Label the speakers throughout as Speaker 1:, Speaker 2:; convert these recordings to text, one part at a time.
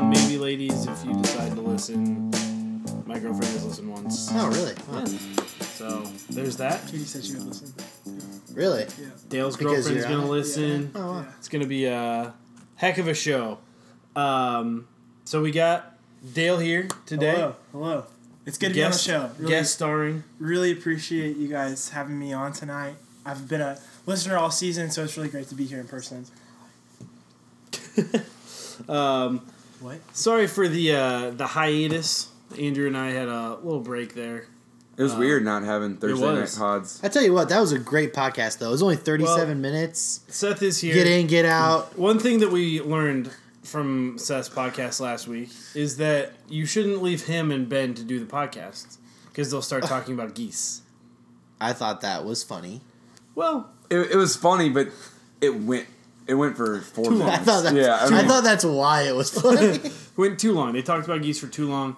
Speaker 1: ladies, if you decide to listen, my girlfriend has listened once.
Speaker 2: Oh, really? Huh.
Speaker 1: So there's that.
Speaker 3: Judy said she would listen.
Speaker 2: Really?
Speaker 3: Yeah.
Speaker 1: Dale's
Speaker 2: Because
Speaker 1: girlfriend's
Speaker 2: you're
Speaker 1: gonna
Speaker 2: out.
Speaker 1: listen.
Speaker 2: Oh, wow.
Speaker 3: yeah.
Speaker 1: It's gonna be a heck of a show. Um, so we got Dale here today,
Speaker 3: Hello. Hello. It's good to
Speaker 1: guest
Speaker 3: be on the show. Really,
Speaker 1: guest starring.
Speaker 3: really appreciate you guys having me on tonight. I've been a listener all season, so it's really great to be here in person.
Speaker 1: Um,
Speaker 3: What?
Speaker 1: sorry for the uh, the hiatus. Andrew and I had a little break there.
Speaker 4: It was
Speaker 1: Uh,
Speaker 4: weird not having Thursday night
Speaker 1: was.
Speaker 4: pods.
Speaker 2: I tell you what, that was a great podcast though. It was only thirty-seven
Speaker 1: Well,
Speaker 2: minutes.
Speaker 1: Seth is here.
Speaker 2: Get in, get out.
Speaker 1: One thing that we learned from Seth's podcast last week is that you shouldn't leave him and Ben to do the podcast because they'll start talking about geese.
Speaker 2: I thought that was funny.
Speaker 1: Well,
Speaker 4: It, it was funny, but it went it went for four
Speaker 2: I
Speaker 4: minutes.
Speaker 2: thought that.
Speaker 4: yeah,
Speaker 2: I,
Speaker 4: I mean,
Speaker 2: thought that's why it was funny.
Speaker 1: went too long. They talked about geese for too long.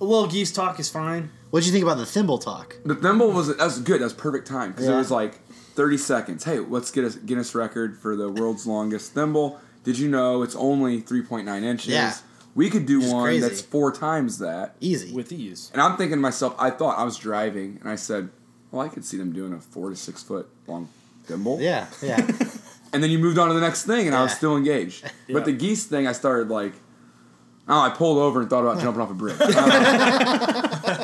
Speaker 1: A little geese talk is fine.
Speaker 2: What'd you think about the thimble talk?
Speaker 4: the thimble was that was good. That was perfect time because
Speaker 2: Yeah.
Speaker 4: it was like thirty seconds. Hey, let's get a Guinness record for the world's longest thimble. Did you know it's only three point nine inches?
Speaker 2: Yeah.
Speaker 4: We could do
Speaker 2: is
Speaker 4: one
Speaker 2: crazy.
Speaker 4: that's four times that.
Speaker 2: Easy.
Speaker 1: with ease.
Speaker 4: And I'm thinking to myself, I thought I was driving, and I said, "Well, I could see them doing a four to six foot long thimble."
Speaker 2: yeah, yeah.
Speaker 4: and then you moved on to the next thing, and I was
Speaker 2: Yeah.
Speaker 4: still engaged.
Speaker 1: Yeah.
Speaker 4: But the geese thing, I started like, oh, I pulled over and thought about jumping off a bridge. I don't know.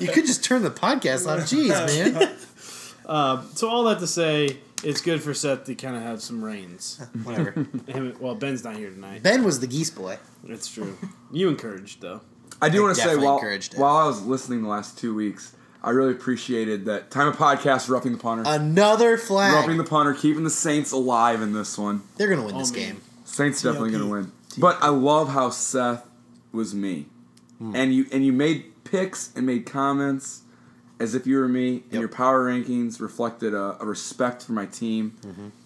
Speaker 2: you could just turn the podcast off. Jeez, man.
Speaker 1: So all that to say, it's good for Seth to kind of have some reins.
Speaker 2: Whatever.
Speaker 1: Him- well, Ben's not here tonight.
Speaker 2: Ben was the geese boy.
Speaker 1: It's true. You encouraged though.
Speaker 4: I do
Speaker 2: I
Speaker 4: want to say
Speaker 2: definitely
Speaker 4: while
Speaker 2: encouraged it.
Speaker 4: while I was listening the last two weeks, I really appreciated that time of podcast roughing the punter,
Speaker 2: Uh, Another flag.
Speaker 4: roughing the punter, keeping the Saints alive in this one.
Speaker 2: They're gonna win
Speaker 1: Oh,
Speaker 2: this
Speaker 1: man.
Speaker 2: game.
Speaker 4: Saints definitely
Speaker 3: TLP.
Speaker 4: gonna win. But I love how Seth was me,
Speaker 2: Hmm.
Speaker 4: and you and you made picks and made comments as if you were me, and
Speaker 2: Yep.
Speaker 4: your power rankings reflected a, a respect for my team.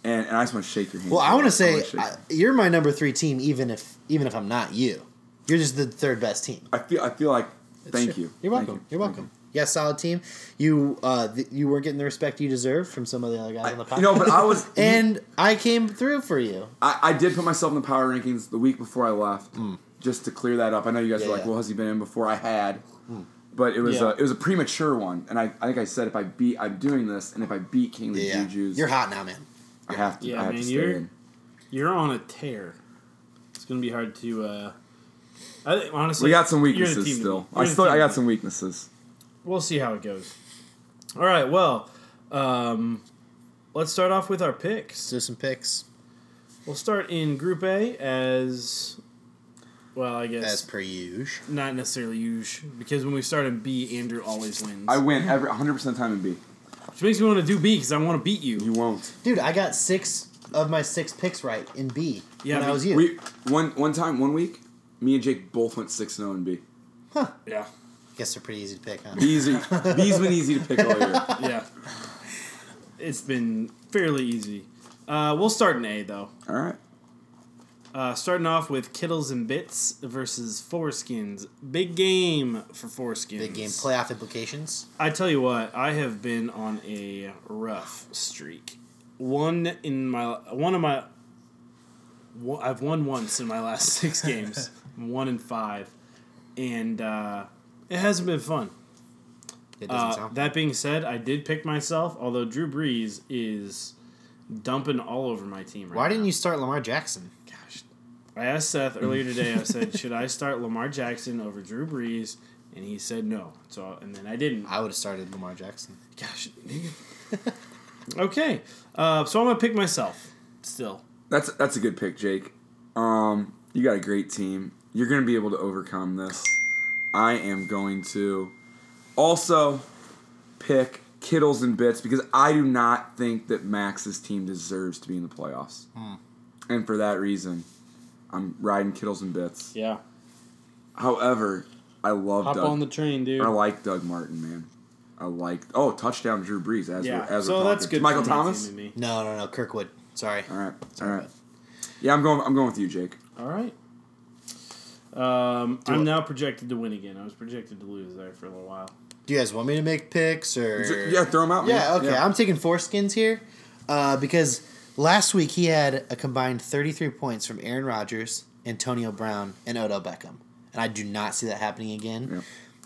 Speaker 4: And, and I just want to shake your hand.
Speaker 2: Mm-hmm. Well,
Speaker 1: Oh,
Speaker 2: I want to say
Speaker 4: wanna shake
Speaker 2: I, you're my number three team, even if even if I'm not you. You're just the third best team.
Speaker 4: I feel I feel like thank
Speaker 2: Sure.
Speaker 4: you.
Speaker 2: You're
Speaker 4: Thank
Speaker 2: welcome. You.
Speaker 4: you.
Speaker 2: are welcome. You got a solid team. You uh, th- you weren't getting the respect you deserved from some of the other guys on the podcast.
Speaker 4: You know, but I was
Speaker 2: and I came through for you.
Speaker 4: I, I did put myself in the power rankings the week before I left, just to clear that up. I know you guys
Speaker 2: Hmm. Yeah,
Speaker 4: were like,
Speaker 2: yeah. Hmm.
Speaker 4: "Well, has he been in before?" I had, but it was
Speaker 1: Yeah.
Speaker 4: a it was a premature one, and I, I think I said if I beat, I'm doing this, and if I beat King of the
Speaker 2: Yeah,
Speaker 4: Juju's,
Speaker 2: you're hot now, man.
Speaker 4: I have to.
Speaker 1: Yeah,
Speaker 4: I have
Speaker 1: man,
Speaker 4: to
Speaker 1: you're-
Speaker 4: stay in.
Speaker 1: You're on a tear. It's gonna be hard to. Uh, I, think- honestly,
Speaker 4: We got some
Speaker 1: you're the team
Speaker 4: weaknesses
Speaker 1: to
Speaker 4: still.
Speaker 1: beat.
Speaker 4: I
Speaker 1: You're the
Speaker 4: still
Speaker 1: team
Speaker 4: I
Speaker 1: to
Speaker 4: got
Speaker 1: beat.
Speaker 4: some weaknesses.
Speaker 1: We'll see how it goes. All right. Well, um, let's start off with our picks.
Speaker 2: So some picks
Speaker 1: We'll start in Group A as well. I guess
Speaker 2: as per usual.
Speaker 1: not necessarily huge because when we start in B, Andrew always wins,
Speaker 4: I win every 100 percent time in B.
Speaker 1: which makes me want to do B because I want to beat
Speaker 4: You
Speaker 1: you.
Speaker 4: won't.
Speaker 2: Dude, I got six of my six picks right in B.
Speaker 1: Yeah,
Speaker 2: Yeah, when I
Speaker 1: but
Speaker 2: was you.
Speaker 4: We one one time one week, me and Jake both went six zero in B.
Speaker 1: Yeah,
Speaker 2: Guess they're pretty easy to pick, huh?
Speaker 4: B's are- B's been easy to pick all year.
Speaker 1: yeah. It's been fairly easy. Uh, we'll start in A though.
Speaker 4: All right.
Speaker 1: Uh, starting off with Kittles and Bits versus Foreskins. Big game for Foreskins.
Speaker 2: Big game playoff implications.
Speaker 1: I tell you what, I have been on a rough streak. One in my one of my one- I've won once in my last six games. I'm one in five, and uh, it hasn't been fun.
Speaker 2: It doesn't
Speaker 1: Uh,
Speaker 2: sound.
Speaker 1: that being said, I did pick myself. Although Drew Brees is dumping all over my team. Right
Speaker 2: Why
Speaker 1: now.
Speaker 2: didn't you start Lamar Jackson?
Speaker 1: Gosh. I asked Seth earlier today, I said, should I start Lamar Jackson over Drew Brees? And he said no. So and then I didn't.
Speaker 2: I would have started Lamar Jackson.
Speaker 1: Gosh. nigga. okay. Uh, so I'm gonna pick myself still.
Speaker 4: That's that's a good pick, Jake. Um, you got a great team. You're going to be able to overcome this. I am going to also pick Kittles and Bits because I do not think that Max's team deserves to be in the playoffs.
Speaker 1: Hmm.
Speaker 4: And for that reason, I'm riding Kittles and Bits.
Speaker 1: Yeah.
Speaker 4: However, I love
Speaker 1: Hop
Speaker 4: Doug.
Speaker 1: on the train, dude.
Speaker 4: I like Doug Martin, man. I like oh touchdown Drew Brees as
Speaker 1: yeah.
Speaker 4: we're, as
Speaker 1: so
Speaker 4: we're
Speaker 1: that's
Speaker 4: talking.
Speaker 1: good.
Speaker 4: Michael
Speaker 1: for my
Speaker 4: Thomas.
Speaker 1: team and me.
Speaker 2: No, no, no. Kirkwood. Sorry.
Speaker 4: All right, all
Speaker 2: Sorry,
Speaker 4: right.
Speaker 2: bud.
Speaker 4: Yeah, I'm going. I'm going with you, Jake.
Speaker 1: All right. Um, I'm
Speaker 2: it.
Speaker 1: now projected to win again. I was projected to lose there for a little while.
Speaker 2: Do you guys want me to make picks or?
Speaker 4: J- Yeah, throw him out. man.
Speaker 2: Yeah, okay. I'm taking foreskins here uh, because last week he had a combined 33 points from Aaron Rodgers, Antonio Brown, and Odell Beckham. And I do not see that happening again.
Speaker 4: Yeah.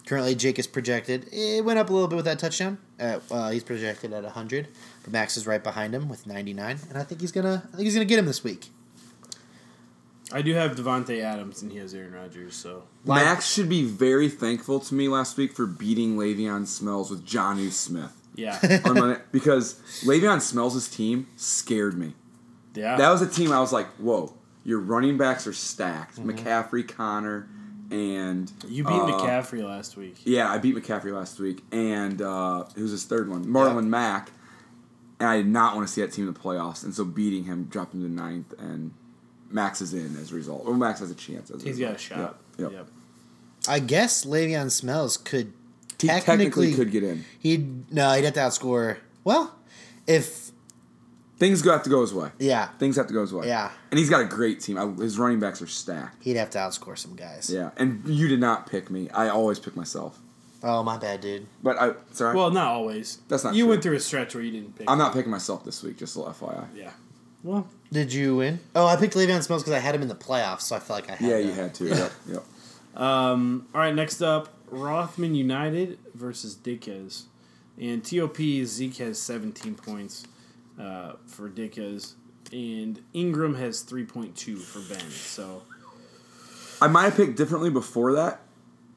Speaker 2: Currently, Jake is projected. It went up a little bit with that touchdown. At, uh, he's projected at 100, but Max is right behind him with 99, and I think he's gonna. I think he's gonna get him this week.
Speaker 1: I do have Devonte Adams and he has Aaron Rodgers, so
Speaker 2: Line-
Speaker 4: Max should be very thankful to me last week for beating Le'Veon Smells with Johnny Smith
Speaker 1: yeah,
Speaker 4: on Monday because Le'Veon Smells' team scared me.
Speaker 1: yeah.
Speaker 4: That was a team I was like, whoa, your running backs are stacked. McCaffrey, Connor, and
Speaker 1: Mm-hmm. you beat
Speaker 4: uh,
Speaker 1: McCaffrey last week.
Speaker 4: Yeah, I beat McCaffrey last week, and uh, who's his third one? Marlon Mack. And I did not want to see that team in the playoffs, and so beating him dropped him to ninth, and Max is in as a result. Or Max has a chance. As a
Speaker 1: He's
Speaker 4: result.
Speaker 1: got a shot.
Speaker 4: Yep. yep.
Speaker 1: Yep.
Speaker 2: I guess Le'Veon Smells could
Speaker 4: He
Speaker 2: technically,
Speaker 4: technically could get in.
Speaker 2: He'd no, he'd have to outscore. Well, if
Speaker 4: Things go have to go his way.
Speaker 2: yeah,
Speaker 4: Things have to go his way.
Speaker 2: Yeah.
Speaker 4: And he's got a great team. I, his running backs are stacked.
Speaker 2: he'd have to outscore some guys.
Speaker 4: Yeah. And you did not pick me. I always pick myself.
Speaker 2: Oh my bad, dude.
Speaker 4: But I sorry.
Speaker 1: Well, not always.
Speaker 4: That's not
Speaker 1: You
Speaker 4: true.
Speaker 1: went through a stretch where you didn't pick.
Speaker 4: I'm not picking myself this week. Just a little FYI.
Speaker 1: Yeah. Well,
Speaker 2: Did you win? Oh, I picked Le'Veon Smells because I had him in the playoffs, so I felt like I had.
Speaker 4: Yeah,
Speaker 2: to.
Speaker 4: you had to. Yep. Yep.
Speaker 1: um, all right. Next up, Rothman United versus Dickes, and TOP Zeke has 17 points uh, for Dickes, and Ingram has 3.2 for Ben. So
Speaker 4: I might have picked differently before that.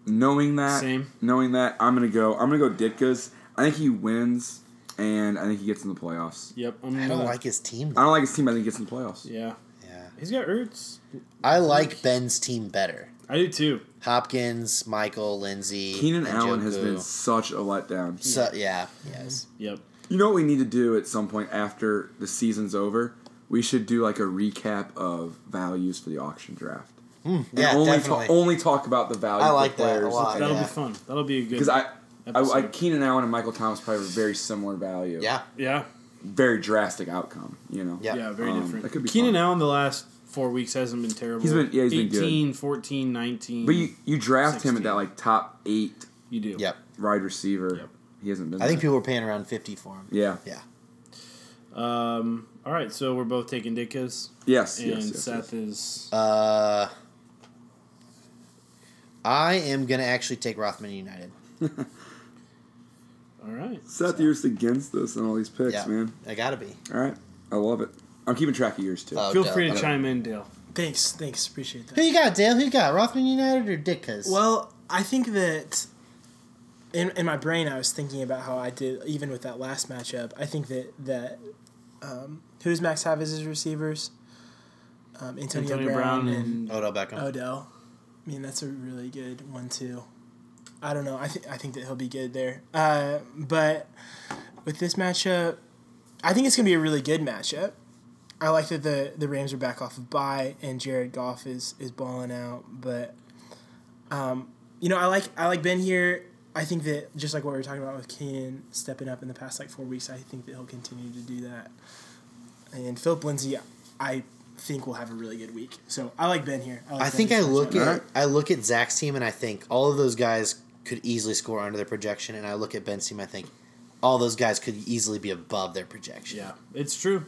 Speaker 4: Knowing that,
Speaker 1: Same.
Speaker 4: knowing that, I'm gonna go. I'm gonna go Ditka's. I think he wins, and I think he gets in the playoffs.
Speaker 1: yep, I'm
Speaker 2: I don't
Speaker 1: gonna-
Speaker 2: like his team.
Speaker 4: I
Speaker 2: Though.
Speaker 4: don't like his team. I think he gets in the playoffs.
Speaker 1: Yeah,
Speaker 2: Yeah,
Speaker 1: he's got Ertz.
Speaker 2: I like Ben's team better.
Speaker 1: I do too.
Speaker 2: Hopkins, Michael, Lindsey,
Speaker 4: Keenan Allen has
Speaker 2: Njoku.
Speaker 4: been such a letdown.
Speaker 2: So yeah, yes.
Speaker 1: Yep.
Speaker 4: You know what we need to do at some point after the season's over? We should do like a recap of values for the auction draft. And
Speaker 2: yeah,
Speaker 4: only
Speaker 2: definitely.
Speaker 4: Ta- only talk about the value.
Speaker 2: I
Speaker 4: of the
Speaker 2: like that a
Speaker 4: players.
Speaker 2: lot.
Speaker 1: That'll
Speaker 2: Oh, yeah.
Speaker 1: be fun. That'll be a good.
Speaker 4: Because I, I, I,
Speaker 1: Episode.
Speaker 4: Keenan Allen and Michael Thomas probably were very similar value.
Speaker 2: yeah,
Speaker 1: yeah.
Speaker 4: Very drastic outcome. You know.
Speaker 2: Yeah.
Speaker 1: Yeah, very
Speaker 4: Um,
Speaker 1: different.
Speaker 4: that could be
Speaker 1: Keenan
Speaker 4: fun.
Speaker 1: Allen the last four weeks hasn't been terrible.
Speaker 4: He's been- yeah, he's been good.
Speaker 1: 18, 14, 19.
Speaker 4: But you, you draft him at
Speaker 1: 16.
Speaker 4: that like top eight
Speaker 1: You do.
Speaker 2: yep.
Speaker 4: wide receiver.
Speaker 1: Yep.
Speaker 4: He hasn't been.
Speaker 2: I think
Speaker 4: there.
Speaker 2: people were paying around fifty for him.
Speaker 4: Yeah.
Speaker 2: Yeah,
Speaker 1: Um, all right, so we're both taking Dickas,
Speaker 4: Yes.
Speaker 1: and
Speaker 4: yes, yes, yes.
Speaker 1: Seth is.
Speaker 2: Uh, I am gonna actually take Rothman United.
Speaker 1: all right.
Speaker 4: Seth, you're just against us on all these picks,
Speaker 2: Yeah,
Speaker 4: man.
Speaker 2: I gotta be.
Speaker 4: All right, I love it. I'm keeping track of yours too.
Speaker 2: Oh,
Speaker 1: Feel
Speaker 2: duh.
Speaker 1: free to
Speaker 2: Okay.
Speaker 1: chime in, Dale.
Speaker 3: Thanks, thanks, appreciate that.
Speaker 2: Who you got, Dale? Who you got, Rothman United or Ditka's?
Speaker 3: Well, I think that in, in my brain, I was thinking about how I did, even with that last matchup. I think that that um, who's Max have as his receivers? Um, Antonio,
Speaker 1: Antonio
Speaker 3: Brown,
Speaker 1: Brown
Speaker 3: and
Speaker 1: and
Speaker 2: Odell Beckham.
Speaker 3: Odell. I mean, that's a really good one too. I don't know. I think I think that he'll be good there. Uh, but with this matchup, I think it's gonna be a really good matchup. I like that the the Rams are back off of bye and Jared Goff is is balling out. But um, you know, I like I like Ben here. I think that just like what we were talking about with Keenan stepping up in the past like four weeks, I think that he'll continue to do that. And Philip Lindsay, I think will have a really good week. So I like Ben here. like
Speaker 2: I
Speaker 3: Ben
Speaker 2: think
Speaker 3: this
Speaker 2: I
Speaker 3: matchup.
Speaker 2: look
Speaker 4: All
Speaker 2: at
Speaker 4: right.
Speaker 2: I look at Zach's team and I think all of those guys could easily score under their projection, and I look at Ben's team. I think all those guys could easily be above their projection.
Speaker 1: Yeah, it's true.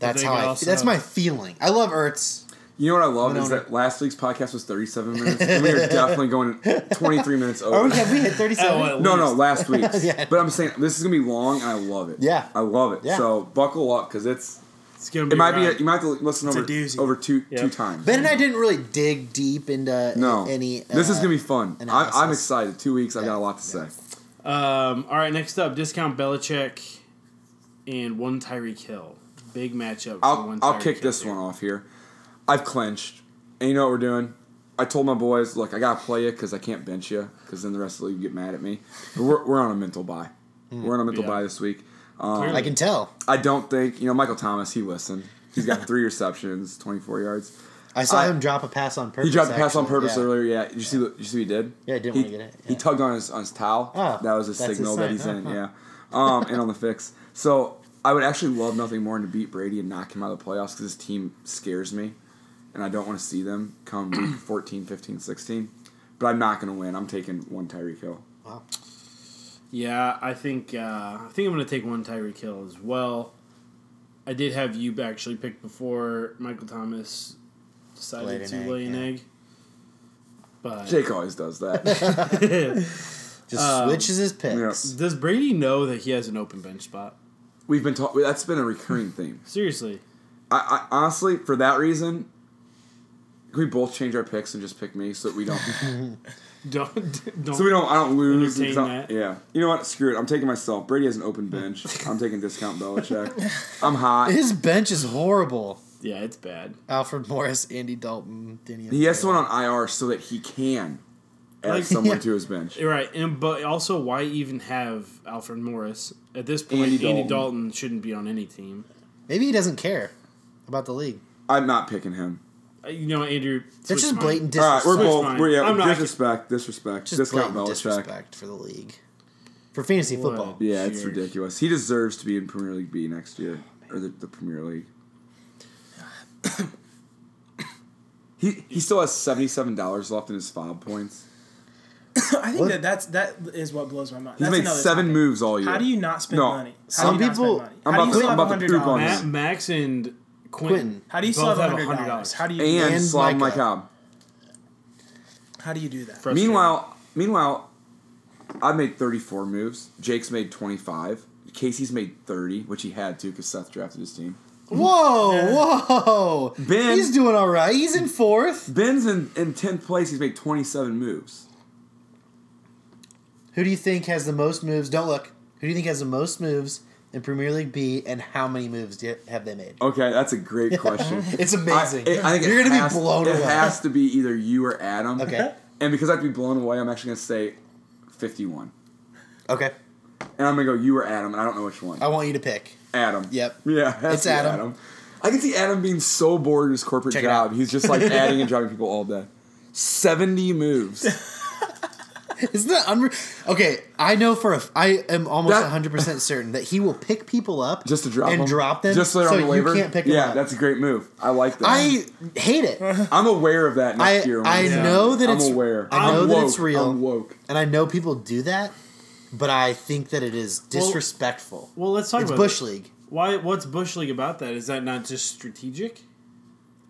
Speaker 2: that's
Speaker 1: they
Speaker 2: how
Speaker 1: could
Speaker 2: I.
Speaker 1: also-
Speaker 2: That's my feeling. I love Ertz.
Speaker 4: you know what I love is
Speaker 2: Winona.
Speaker 4: that last week's podcast was 37 minutes, and we are definitely going 23 minutes over.
Speaker 2: Are we? Have we hit thirty
Speaker 1: Oh,
Speaker 2: seven?
Speaker 1: well,
Speaker 4: no, no, last week.
Speaker 2: Yeah.
Speaker 4: But I'm saying this is gonna be long, and I love it.
Speaker 2: Yeah.
Speaker 4: I love it.
Speaker 2: Yeah.
Speaker 4: So buckle up, cause it's
Speaker 1: It's gonna be.
Speaker 4: it might be
Speaker 1: right.
Speaker 4: you might have to listen
Speaker 3: It's a
Speaker 4: over
Speaker 3: doozy.
Speaker 4: over two
Speaker 1: Yep.
Speaker 4: two times.
Speaker 2: Ben and I didn't really dig deep into
Speaker 4: no,
Speaker 2: any. Uh,
Speaker 4: this is gonna be fun. I, I'm
Speaker 2: analysis.
Speaker 4: excited. Two weeks, I
Speaker 2: Yeah.
Speaker 4: got a lot to say.
Speaker 1: um, all right, next up, discount Belichick and one Tyreek Hill. Big matchup. for
Speaker 4: I'll,
Speaker 1: one
Speaker 4: I'll
Speaker 1: Tyreek
Speaker 4: kick
Speaker 1: Hill
Speaker 4: this
Speaker 1: here.
Speaker 4: one off here. I've clinched. And you know what we're doing? I told my boys, look, I got to play you because I can't bench you because then the rest of the league get mad at me. But we're, we're on a mental buy. We're on a mental
Speaker 1: Yeah.
Speaker 4: buy this week. Um,
Speaker 1: Clearly.
Speaker 2: I can tell.
Speaker 4: I don't think, you know, Michael Thomas, he listened. He's got three receptions, 24 yards.
Speaker 2: I saw
Speaker 4: I-
Speaker 2: him drop a pass on purpose.
Speaker 4: He dropped a pass on
Speaker 2: actually.
Speaker 4: purpose
Speaker 2: Yeah.
Speaker 4: earlier. Yeah. Did you see, the, did you see what he did?
Speaker 2: Yeah, I didn't
Speaker 4: he,
Speaker 2: wanna get it.
Speaker 4: He
Speaker 2: Yeah.
Speaker 4: tugged on his, on his towel.
Speaker 2: Oh,
Speaker 4: that was a
Speaker 2: that's his
Speaker 4: signal that
Speaker 2: sign.
Speaker 4: he's in.
Speaker 2: Uh-huh.
Speaker 4: Yeah. Um, and on the fix. So I would actually love nothing more than to beat Brady and knock him out of the playoffs because his team scares me. And I don't want to see them come week 14, 15, 16. But I'm not going to win. I'm taking one Tyreek Hill.
Speaker 2: Wow.
Speaker 1: Yeah, I think uh, I think I'm gonna take one Tyreek Hill as well. I did have you actually pick before Michael Thomas decided
Speaker 2: Laid an
Speaker 1: to
Speaker 2: egg,
Speaker 1: lay an
Speaker 2: yeah.
Speaker 1: egg. But
Speaker 4: Jake always does that.
Speaker 2: Just
Speaker 1: Um,
Speaker 2: switches his picks.
Speaker 1: does Brady know that he has an open bench spot?
Speaker 4: We've been talking. That's been a recurring theme.
Speaker 1: Seriously,
Speaker 4: I, I honestly, for that reason, can we both change our picks and just pick me so that we don't,
Speaker 1: don't don't.
Speaker 4: so we don't, I don't lose.
Speaker 1: Entertain
Speaker 4: It's not-
Speaker 1: that.
Speaker 4: Yeah, you know what? Screw it. I'm taking myself. Brady has an open bench. I'm taking discount Belichick. I'm hot.
Speaker 2: His bench is horrible.
Speaker 1: yeah, it's bad.
Speaker 2: Alfred Morris, Andy Dalton, Danny.
Speaker 4: He has someone on IR so that he can add
Speaker 1: Like-
Speaker 4: someone
Speaker 2: Yeah.
Speaker 4: to his bench.
Speaker 1: You're right, and but also, why even have Alfred Morris at this point?
Speaker 4: Andy
Speaker 1: Andy,
Speaker 4: Dalton.
Speaker 1: Dalton. shouldn't be on any team.
Speaker 2: Maybe he doesn't care about the league.
Speaker 4: I'm not picking him.
Speaker 1: Uh, You know, Andrew.
Speaker 2: That's
Speaker 1: switch
Speaker 2: just
Speaker 1: mine.
Speaker 2: blatant
Speaker 4: All right,
Speaker 2: disrespect.
Speaker 4: we're
Speaker 1: Switch
Speaker 4: both.
Speaker 1: mine.
Speaker 4: We're, yeah,
Speaker 1: I'm not-
Speaker 4: disrespect, disrespect,
Speaker 2: just
Speaker 4: discount
Speaker 2: blatant
Speaker 4: Belichick.
Speaker 2: disrespect for the league, for fantasy
Speaker 1: What?
Speaker 2: football.
Speaker 4: Yeah, it's
Speaker 1: Sure.
Speaker 4: ridiculous. He deserves to be in Premier League B next year or the, the Premier League. he he still has seventy seven dollars left in his fob points.
Speaker 3: I think
Speaker 2: What?
Speaker 3: that that's that is what blows my mind.
Speaker 4: He's
Speaker 3: That's
Speaker 4: made
Speaker 3: another
Speaker 4: seven
Speaker 3: topic.
Speaker 4: moves all year.
Speaker 3: How do you not spend
Speaker 4: No.
Speaker 3: money? How
Speaker 2: Some
Speaker 3: do you
Speaker 2: people-
Speaker 3: Not spend money?
Speaker 4: I'm
Speaker 3: How
Speaker 4: about
Speaker 3: do you
Speaker 4: to-
Speaker 3: still
Speaker 4: I'm
Speaker 3: have
Speaker 4: about to poop on
Speaker 3: $100?
Speaker 4: this.
Speaker 1: Ma- Max and Quentin.
Speaker 2: Quentin.
Speaker 3: How do you still
Speaker 1: both
Speaker 3: have
Speaker 1: have
Speaker 3: hundred dollars? How do you?
Speaker 4: and,
Speaker 2: And Micah.
Speaker 4: Slime Mike Cobb?
Speaker 3: how do you do that?
Speaker 1: Frustrating.
Speaker 4: Meanwhile, meanwhile, I've made thirty four moves. Jake's made twenty five. Casey's made thirty, which he had to because Seth drafted his team.
Speaker 2: Whoa, whoa!
Speaker 4: Ben-
Speaker 2: he's doing all right. He's in fourth.
Speaker 4: Ben's in in tenth place. He's made twenty seven moves.
Speaker 2: Who do you think has the most moves? Don't look. Who do you think has the most moves in Premier League B, and how many moves do, have they made?
Speaker 4: Okay, that's a great question.
Speaker 2: It's amazing.
Speaker 4: I, it- I think it
Speaker 2: You're gonna
Speaker 4: has-
Speaker 2: be blown
Speaker 4: It
Speaker 2: away.
Speaker 4: has to be either you or Adam.
Speaker 2: Okay.
Speaker 4: And because I have to be blown away, I'm actually gonna say 51,
Speaker 2: Okay,
Speaker 4: and I'm gonna go you or Adam, and I don't know which one.
Speaker 2: I want you to pick.
Speaker 4: Adam.
Speaker 2: Yep.
Speaker 4: Yeah. it has
Speaker 2: It's
Speaker 4: to be
Speaker 2: Adam.
Speaker 4: I can see Adam being so bored at his corporate
Speaker 2: Check it
Speaker 4: job.
Speaker 2: out.
Speaker 4: He's just like adding and dropping people all day. 70 moves.
Speaker 2: Isn't that unre- okay? I know for a f- I am almost
Speaker 4: That-
Speaker 2: hundred percent certain that he will pick people up
Speaker 4: Just to drop
Speaker 2: and
Speaker 4: them.
Speaker 2: drop them
Speaker 4: Just so they're on the waiver.
Speaker 2: you can't pick
Speaker 4: yeah,
Speaker 2: them up.
Speaker 4: that's a great move. I like that.
Speaker 2: I hate it, and
Speaker 4: I'm aware of that
Speaker 2: I-
Speaker 4: next year. when
Speaker 2: I
Speaker 4: it's-
Speaker 2: know that
Speaker 4: I'm
Speaker 2: it's-
Speaker 4: aware.
Speaker 2: I know
Speaker 4: I'm
Speaker 2: that it's
Speaker 4: woke.
Speaker 2: real.
Speaker 4: I'm woke.
Speaker 2: I know people do that, but I think that it is disrespectful.
Speaker 1: well, let's talk
Speaker 2: it's
Speaker 1: about
Speaker 2: bush
Speaker 1: it.
Speaker 2: league.
Speaker 1: Why? What's Bush League about that? Is that not just strategic?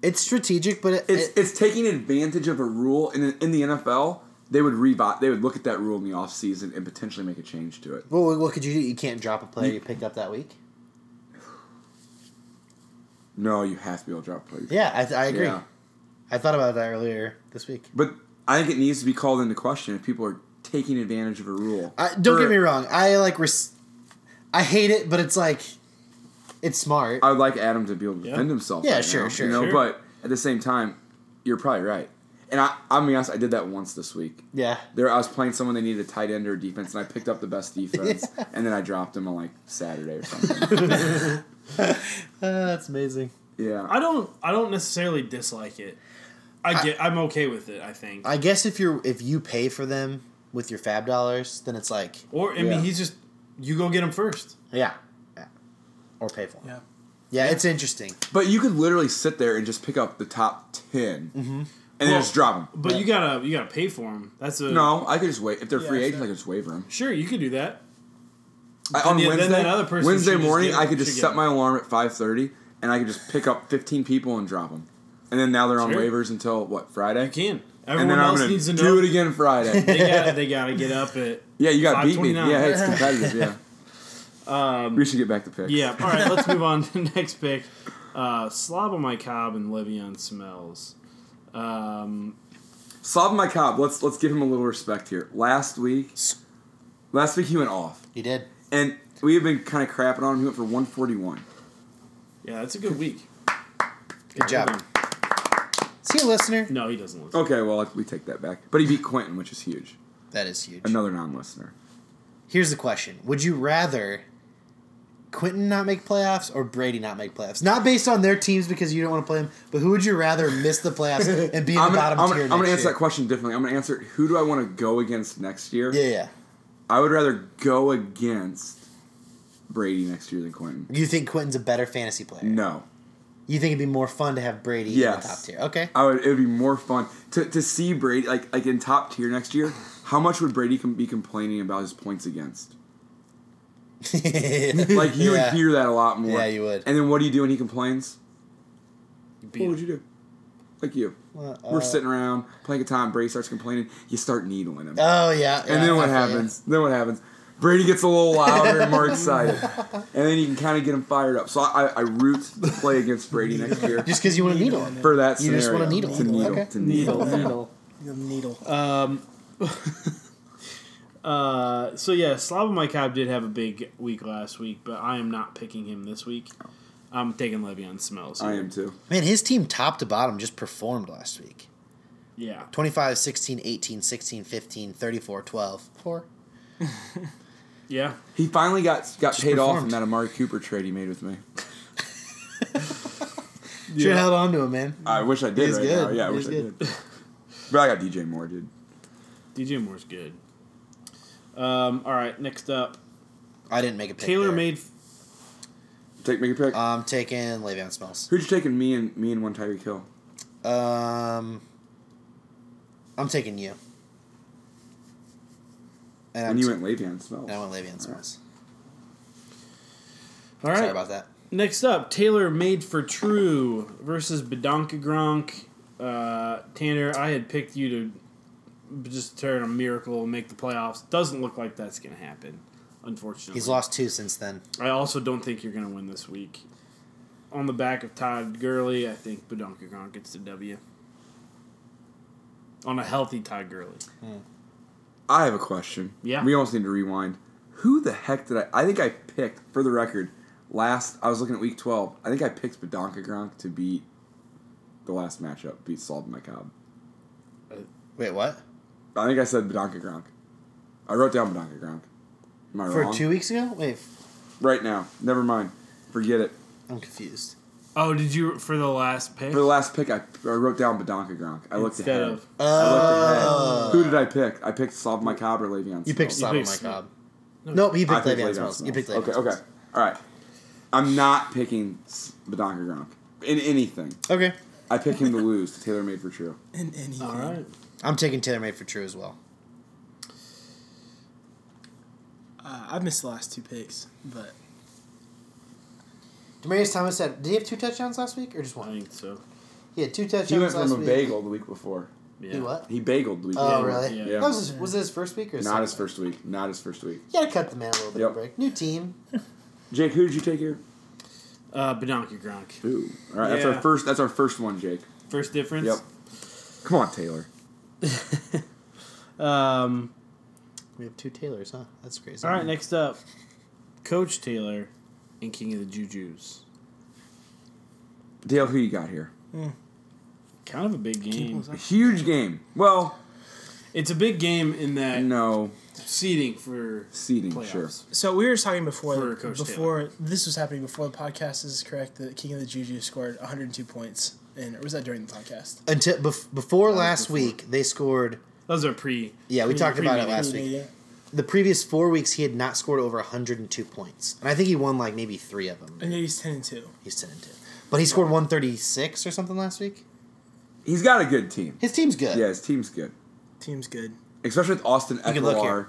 Speaker 2: It's strategic, but it,
Speaker 4: It's
Speaker 2: it-
Speaker 4: it's taking advantage of a rule in in the NFL. They would revi- They would look at that rule in the offseason and potentially make a change to it.
Speaker 2: well, what could you do? You can't drop a player you picked up that week.
Speaker 4: No, you have to be able to drop plays.
Speaker 2: Yeah, I, th- I agree.
Speaker 4: Yeah.
Speaker 2: I thought about that earlier this week.
Speaker 4: But I think it needs to be called into question if people are taking advantage of a rule.
Speaker 2: I, don't
Speaker 4: For-
Speaker 2: get me wrong. I like. Res- I hate it, but it's like, it's smart.
Speaker 4: I would like Adam to be able to defend himself.
Speaker 2: Yeah,
Speaker 4: right
Speaker 2: sure,
Speaker 4: now,
Speaker 2: sure,
Speaker 4: You know,
Speaker 1: sure.
Speaker 4: but at the same time, you're probably right. And I, I'm being honest, I did that once this week.
Speaker 2: yeah.
Speaker 4: There, I was playing someone they needed a tight end or a defense, and I picked up the best defense, and then I dropped him on like Saturday or something.
Speaker 2: Uh, that's amazing.
Speaker 4: yeah,
Speaker 1: I don't. I don't necessarily dislike it. I get. I, am okay with it. I think.
Speaker 2: I guess if you're if you pay for them with your fab dollars, then it's like
Speaker 1: or I
Speaker 4: Yeah.
Speaker 1: mean, he's just. You go get him first.
Speaker 2: yeah, yeah. or pay for. 'em.
Speaker 3: Yeah.
Speaker 2: Yeah, it's interesting.
Speaker 4: But you could literally sit there and just pick up the top 10
Speaker 2: Mm-hmm.
Speaker 4: and then
Speaker 1: Well-
Speaker 4: just drop them.
Speaker 1: But
Speaker 2: Yeah.
Speaker 1: you gotta. You gotta pay for him. That's a
Speaker 4: No, I could just wait. If they're
Speaker 3: Yeah,
Speaker 4: free
Speaker 3: sure.
Speaker 4: agents, I could just waiver them.
Speaker 1: Sure, you could do that.
Speaker 4: I, on
Speaker 1: yeah, then
Speaker 4: Wednesday,
Speaker 1: that other person
Speaker 4: Wednesday
Speaker 1: should just
Speaker 4: morning,
Speaker 1: get-
Speaker 4: I could just
Speaker 1: should
Speaker 4: set
Speaker 1: get
Speaker 4: my alarm at five thirty, and I could just pick up fifteen people and drop them. And then now they're on
Speaker 1: Sure.
Speaker 4: waivers until what Friday?
Speaker 1: You can.
Speaker 4: and
Speaker 1: Everyone
Speaker 4: then I'm
Speaker 1: else
Speaker 4: gonna
Speaker 1: needs to know.
Speaker 4: do it again Friday.
Speaker 1: They gotta. They gotta get up at.
Speaker 4: yeah, you got beat me.
Speaker 1: 529.
Speaker 4: Yeah, hey, it's competitive. Yeah. Um, we should get back to picks.
Speaker 1: Yeah. All right. let's move on to the next pick. Uh, Slob on my cob and Le'Veon smells. Um,
Speaker 4: Slob my cob. Let's let's give him a little respect here. Last week, last week he went off,
Speaker 2: You did.
Speaker 4: and we have been kind of crapping on him. He went for one forty one.
Speaker 1: yeah, that's a good week.
Speaker 2: Good job. See you, listener.
Speaker 1: No, he doesn't listen.
Speaker 4: Okay, well we take that back. But he beat Quentin, which is huge.
Speaker 2: That is huge.
Speaker 4: Another non-listener.
Speaker 2: Here's the question: Would you rather Quentin not make playoffs or Brady not make playoffs? Not based on their teams because you don't want to play them, but who would you rather miss the playoffs and be in
Speaker 4: I'm
Speaker 2: the
Speaker 4: gonna,
Speaker 2: bottom
Speaker 4: I'm
Speaker 2: tier?
Speaker 4: gonna, I'm gonna
Speaker 2: next
Speaker 4: answer that
Speaker 2: year?
Speaker 4: question differently. I'm gonna answer it, who do I want to go against next year?
Speaker 2: Yeah,
Speaker 4: I would rather go against Brady next year than Quentin.
Speaker 2: yeah. You think Quentin's a better fantasy player?
Speaker 4: No,
Speaker 2: You think it'd be more fun to have Brady in
Speaker 4: Yes.
Speaker 2: the top tier? Okay.
Speaker 4: I would. It would be more fun to, to see Brady like like in top tier next year. How much would Brady com- be complaining about his points against? Like you
Speaker 2: yeah.
Speaker 4: would hear that a lot more.
Speaker 2: Yeah, you would.
Speaker 4: And then what do you do when he complains?
Speaker 1: Beat
Speaker 4: What
Speaker 1: him.
Speaker 4: would you do? like you.
Speaker 2: Well,
Speaker 4: We're
Speaker 2: uh,
Speaker 4: sitting around playing guitar, and Brady starts complaining. You start needling him,
Speaker 2: Oh yeah.
Speaker 4: and then what happens? Then what happens? Brady gets a little louder and more excited, and then you can kind of get him fired up. So I, I, I root to play against Brady next year
Speaker 2: Just because you want to needle him.
Speaker 4: for that
Speaker 2: You
Speaker 4: scenario.
Speaker 2: just wanna needle
Speaker 4: to
Speaker 2: him.
Speaker 4: needle,
Speaker 2: Okay.
Speaker 4: to needle.
Speaker 1: needle.
Speaker 3: The needle.
Speaker 1: Uh, so yeah, Slava Mykab did have a big week last week, but I am not picking him this week. I'm taking Le'Veon Smells.
Speaker 4: I am too.
Speaker 2: Man, his team top to bottom just performed last week.
Speaker 1: Yeah.
Speaker 2: 25, 16, 18, 16, 15, 34, 12. Four.
Speaker 1: Yeah.
Speaker 4: He finally got got paid off in
Speaker 2: performed.
Speaker 4: that Amari Cooper trade he made with me.
Speaker 2: Should have held on to him, man.
Speaker 4: I wish I did
Speaker 2: He's
Speaker 4: right
Speaker 2: good.
Speaker 4: now. Yeah, I
Speaker 2: He's
Speaker 4: wish
Speaker 2: good.
Speaker 4: I did. But I got DJ Moore, dude.
Speaker 1: DJ Moore's good. Um, all right, next up,
Speaker 2: I didn't make a pick.
Speaker 1: Taylor
Speaker 2: there.
Speaker 1: made.
Speaker 4: Take make a pick.
Speaker 2: I'm taking Le'Veon Smells.
Speaker 4: Who'd you take in me and me and one Tyreek Hill?
Speaker 2: Um, I'm taking you. And, I'm
Speaker 4: and you
Speaker 2: t-
Speaker 4: went Le'Veon Smells.
Speaker 2: and I went Le'Veon Smells.
Speaker 1: All right.
Speaker 2: Sorry about that.
Speaker 1: Next up, Taylor made for true versus Badonka Gronk. Uh, Tanner, I had picked you to just turn a miracle and make the playoffs. Doesn't look like that's going to happen, unfortunately.
Speaker 2: He's lost two since then.
Speaker 1: I also don't think you're going to win this week. On the back of Todd Gurley, I think Badonka Gronk gets the W. On a healthy Todd Gurley.
Speaker 4: I have a question.
Speaker 1: Yeah.
Speaker 4: We almost need to rewind. Who the heck did I? I think I picked for the record. Last I was looking at Week 12. I think I picked Badonka Gronk to beat the last matchup, beat Saul Cobb.
Speaker 2: Wait, what?
Speaker 4: I think I said Badonka Gronk. I wrote down Badonka Gronk. Am I
Speaker 2: For
Speaker 4: wrong?
Speaker 2: two weeks ago? Wait,
Speaker 4: right now. Never mind. Forget it.
Speaker 2: I'm confused.
Speaker 1: Oh, did you for the last pick?
Speaker 4: For the last pick, I, I wrote down Badonka Gronk. I looked
Speaker 1: Instead
Speaker 4: ahead.
Speaker 1: of
Speaker 4: I
Speaker 2: Uh,
Speaker 4: looked ahead. Who did I pick? I picked Saul Macabre or Le'Veon.
Speaker 2: you
Speaker 4: Sneed.
Speaker 2: picked
Speaker 1: You
Speaker 2: Slava
Speaker 1: picked
Speaker 2: Mike
Speaker 1: Smith.
Speaker 2: Cobb. Nope, he
Speaker 4: I
Speaker 2: picked Le'Veon Smells.
Speaker 4: Sneed.
Speaker 2: You picked Le'Veon
Speaker 4: Okay,
Speaker 2: Smells.
Speaker 4: okay. All right. I'm not picking S- Badonka Gronk in anything.
Speaker 2: Okay.
Speaker 4: I pick him to lose to Taylor Made for True.
Speaker 3: and anything.
Speaker 4: Uh,
Speaker 1: all right.
Speaker 2: I'm taking Taylor Made for True as well.
Speaker 3: Uh, I've missed the last two picks, but
Speaker 2: Demarius Thomas said, did he have two touchdowns last week or just
Speaker 1: I
Speaker 2: one?
Speaker 1: think so.
Speaker 2: He had two touchdowns
Speaker 4: He went
Speaker 2: last
Speaker 4: from a
Speaker 2: week.
Speaker 4: bagel the week before.
Speaker 1: Yeah.
Speaker 2: He what?
Speaker 4: He bageled the week
Speaker 2: Oh,
Speaker 4: before.
Speaker 2: really?
Speaker 1: yeah.
Speaker 4: Yeah.
Speaker 2: That was, his, was it his first week or his
Speaker 4: Not his
Speaker 2: second
Speaker 4: first week. Not his first week.
Speaker 2: week? You gotta cut the man a little bit
Speaker 4: Yep.
Speaker 2: of a break. New team.
Speaker 4: Jake, who did you take here?
Speaker 1: Uh, Badonka Gronk.
Speaker 4: Ooh. All right. That's
Speaker 1: Yeah.
Speaker 4: our first. That's our first one, Jake.
Speaker 1: First difference.
Speaker 4: Yep. Come on, Taylor.
Speaker 1: Um,
Speaker 2: We have two Taylors, huh? That's crazy.
Speaker 1: all right, next up, Coach Taylor and King of the Juju's.
Speaker 4: Dale, who you got here?
Speaker 1: Kind of a big game.
Speaker 4: A huge game. Well,
Speaker 1: It's a big game in that
Speaker 4: no
Speaker 1: seeding for
Speaker 4: seating.
Speaker 1: playoffs.
Speaker 4: Sure.
Speaker 3: So we were just talking before
Speaker 1: For Coach
Speaker 3: before this was happening before the podcast this is correct. The King of the Juju scored 102 points, and or was that during the podcast?
Speaker 2: Until bef- before last week, they scored.
Speaker 1: Those are pre.
Speaker 2: Yeah, we
Speaker 1: pre-
Speaker 2: talked about it
Speaker 1: pre-meeting.
Speaker 2: last
Speaker 3: Meeting.
Speaker 2: week. The previous four weeks, he had not scored over 102 points, and I think he won like maybe three of them.
Speaker 1: Uh,
Speaker 3: And yet he's 10 and two.
Speaker 2: He's 10 and 2, but he scored 136 or something last week.
Speaker 4: He's got a good team.
Speaker 2: His team's good.
Speaker 4: Yeah, his team's good,
Speaker 3: Team's good.
Speaker 4: especially with Austin
Speaker 2: can look
Speaker 4: Eckler.
Speaker 2: here.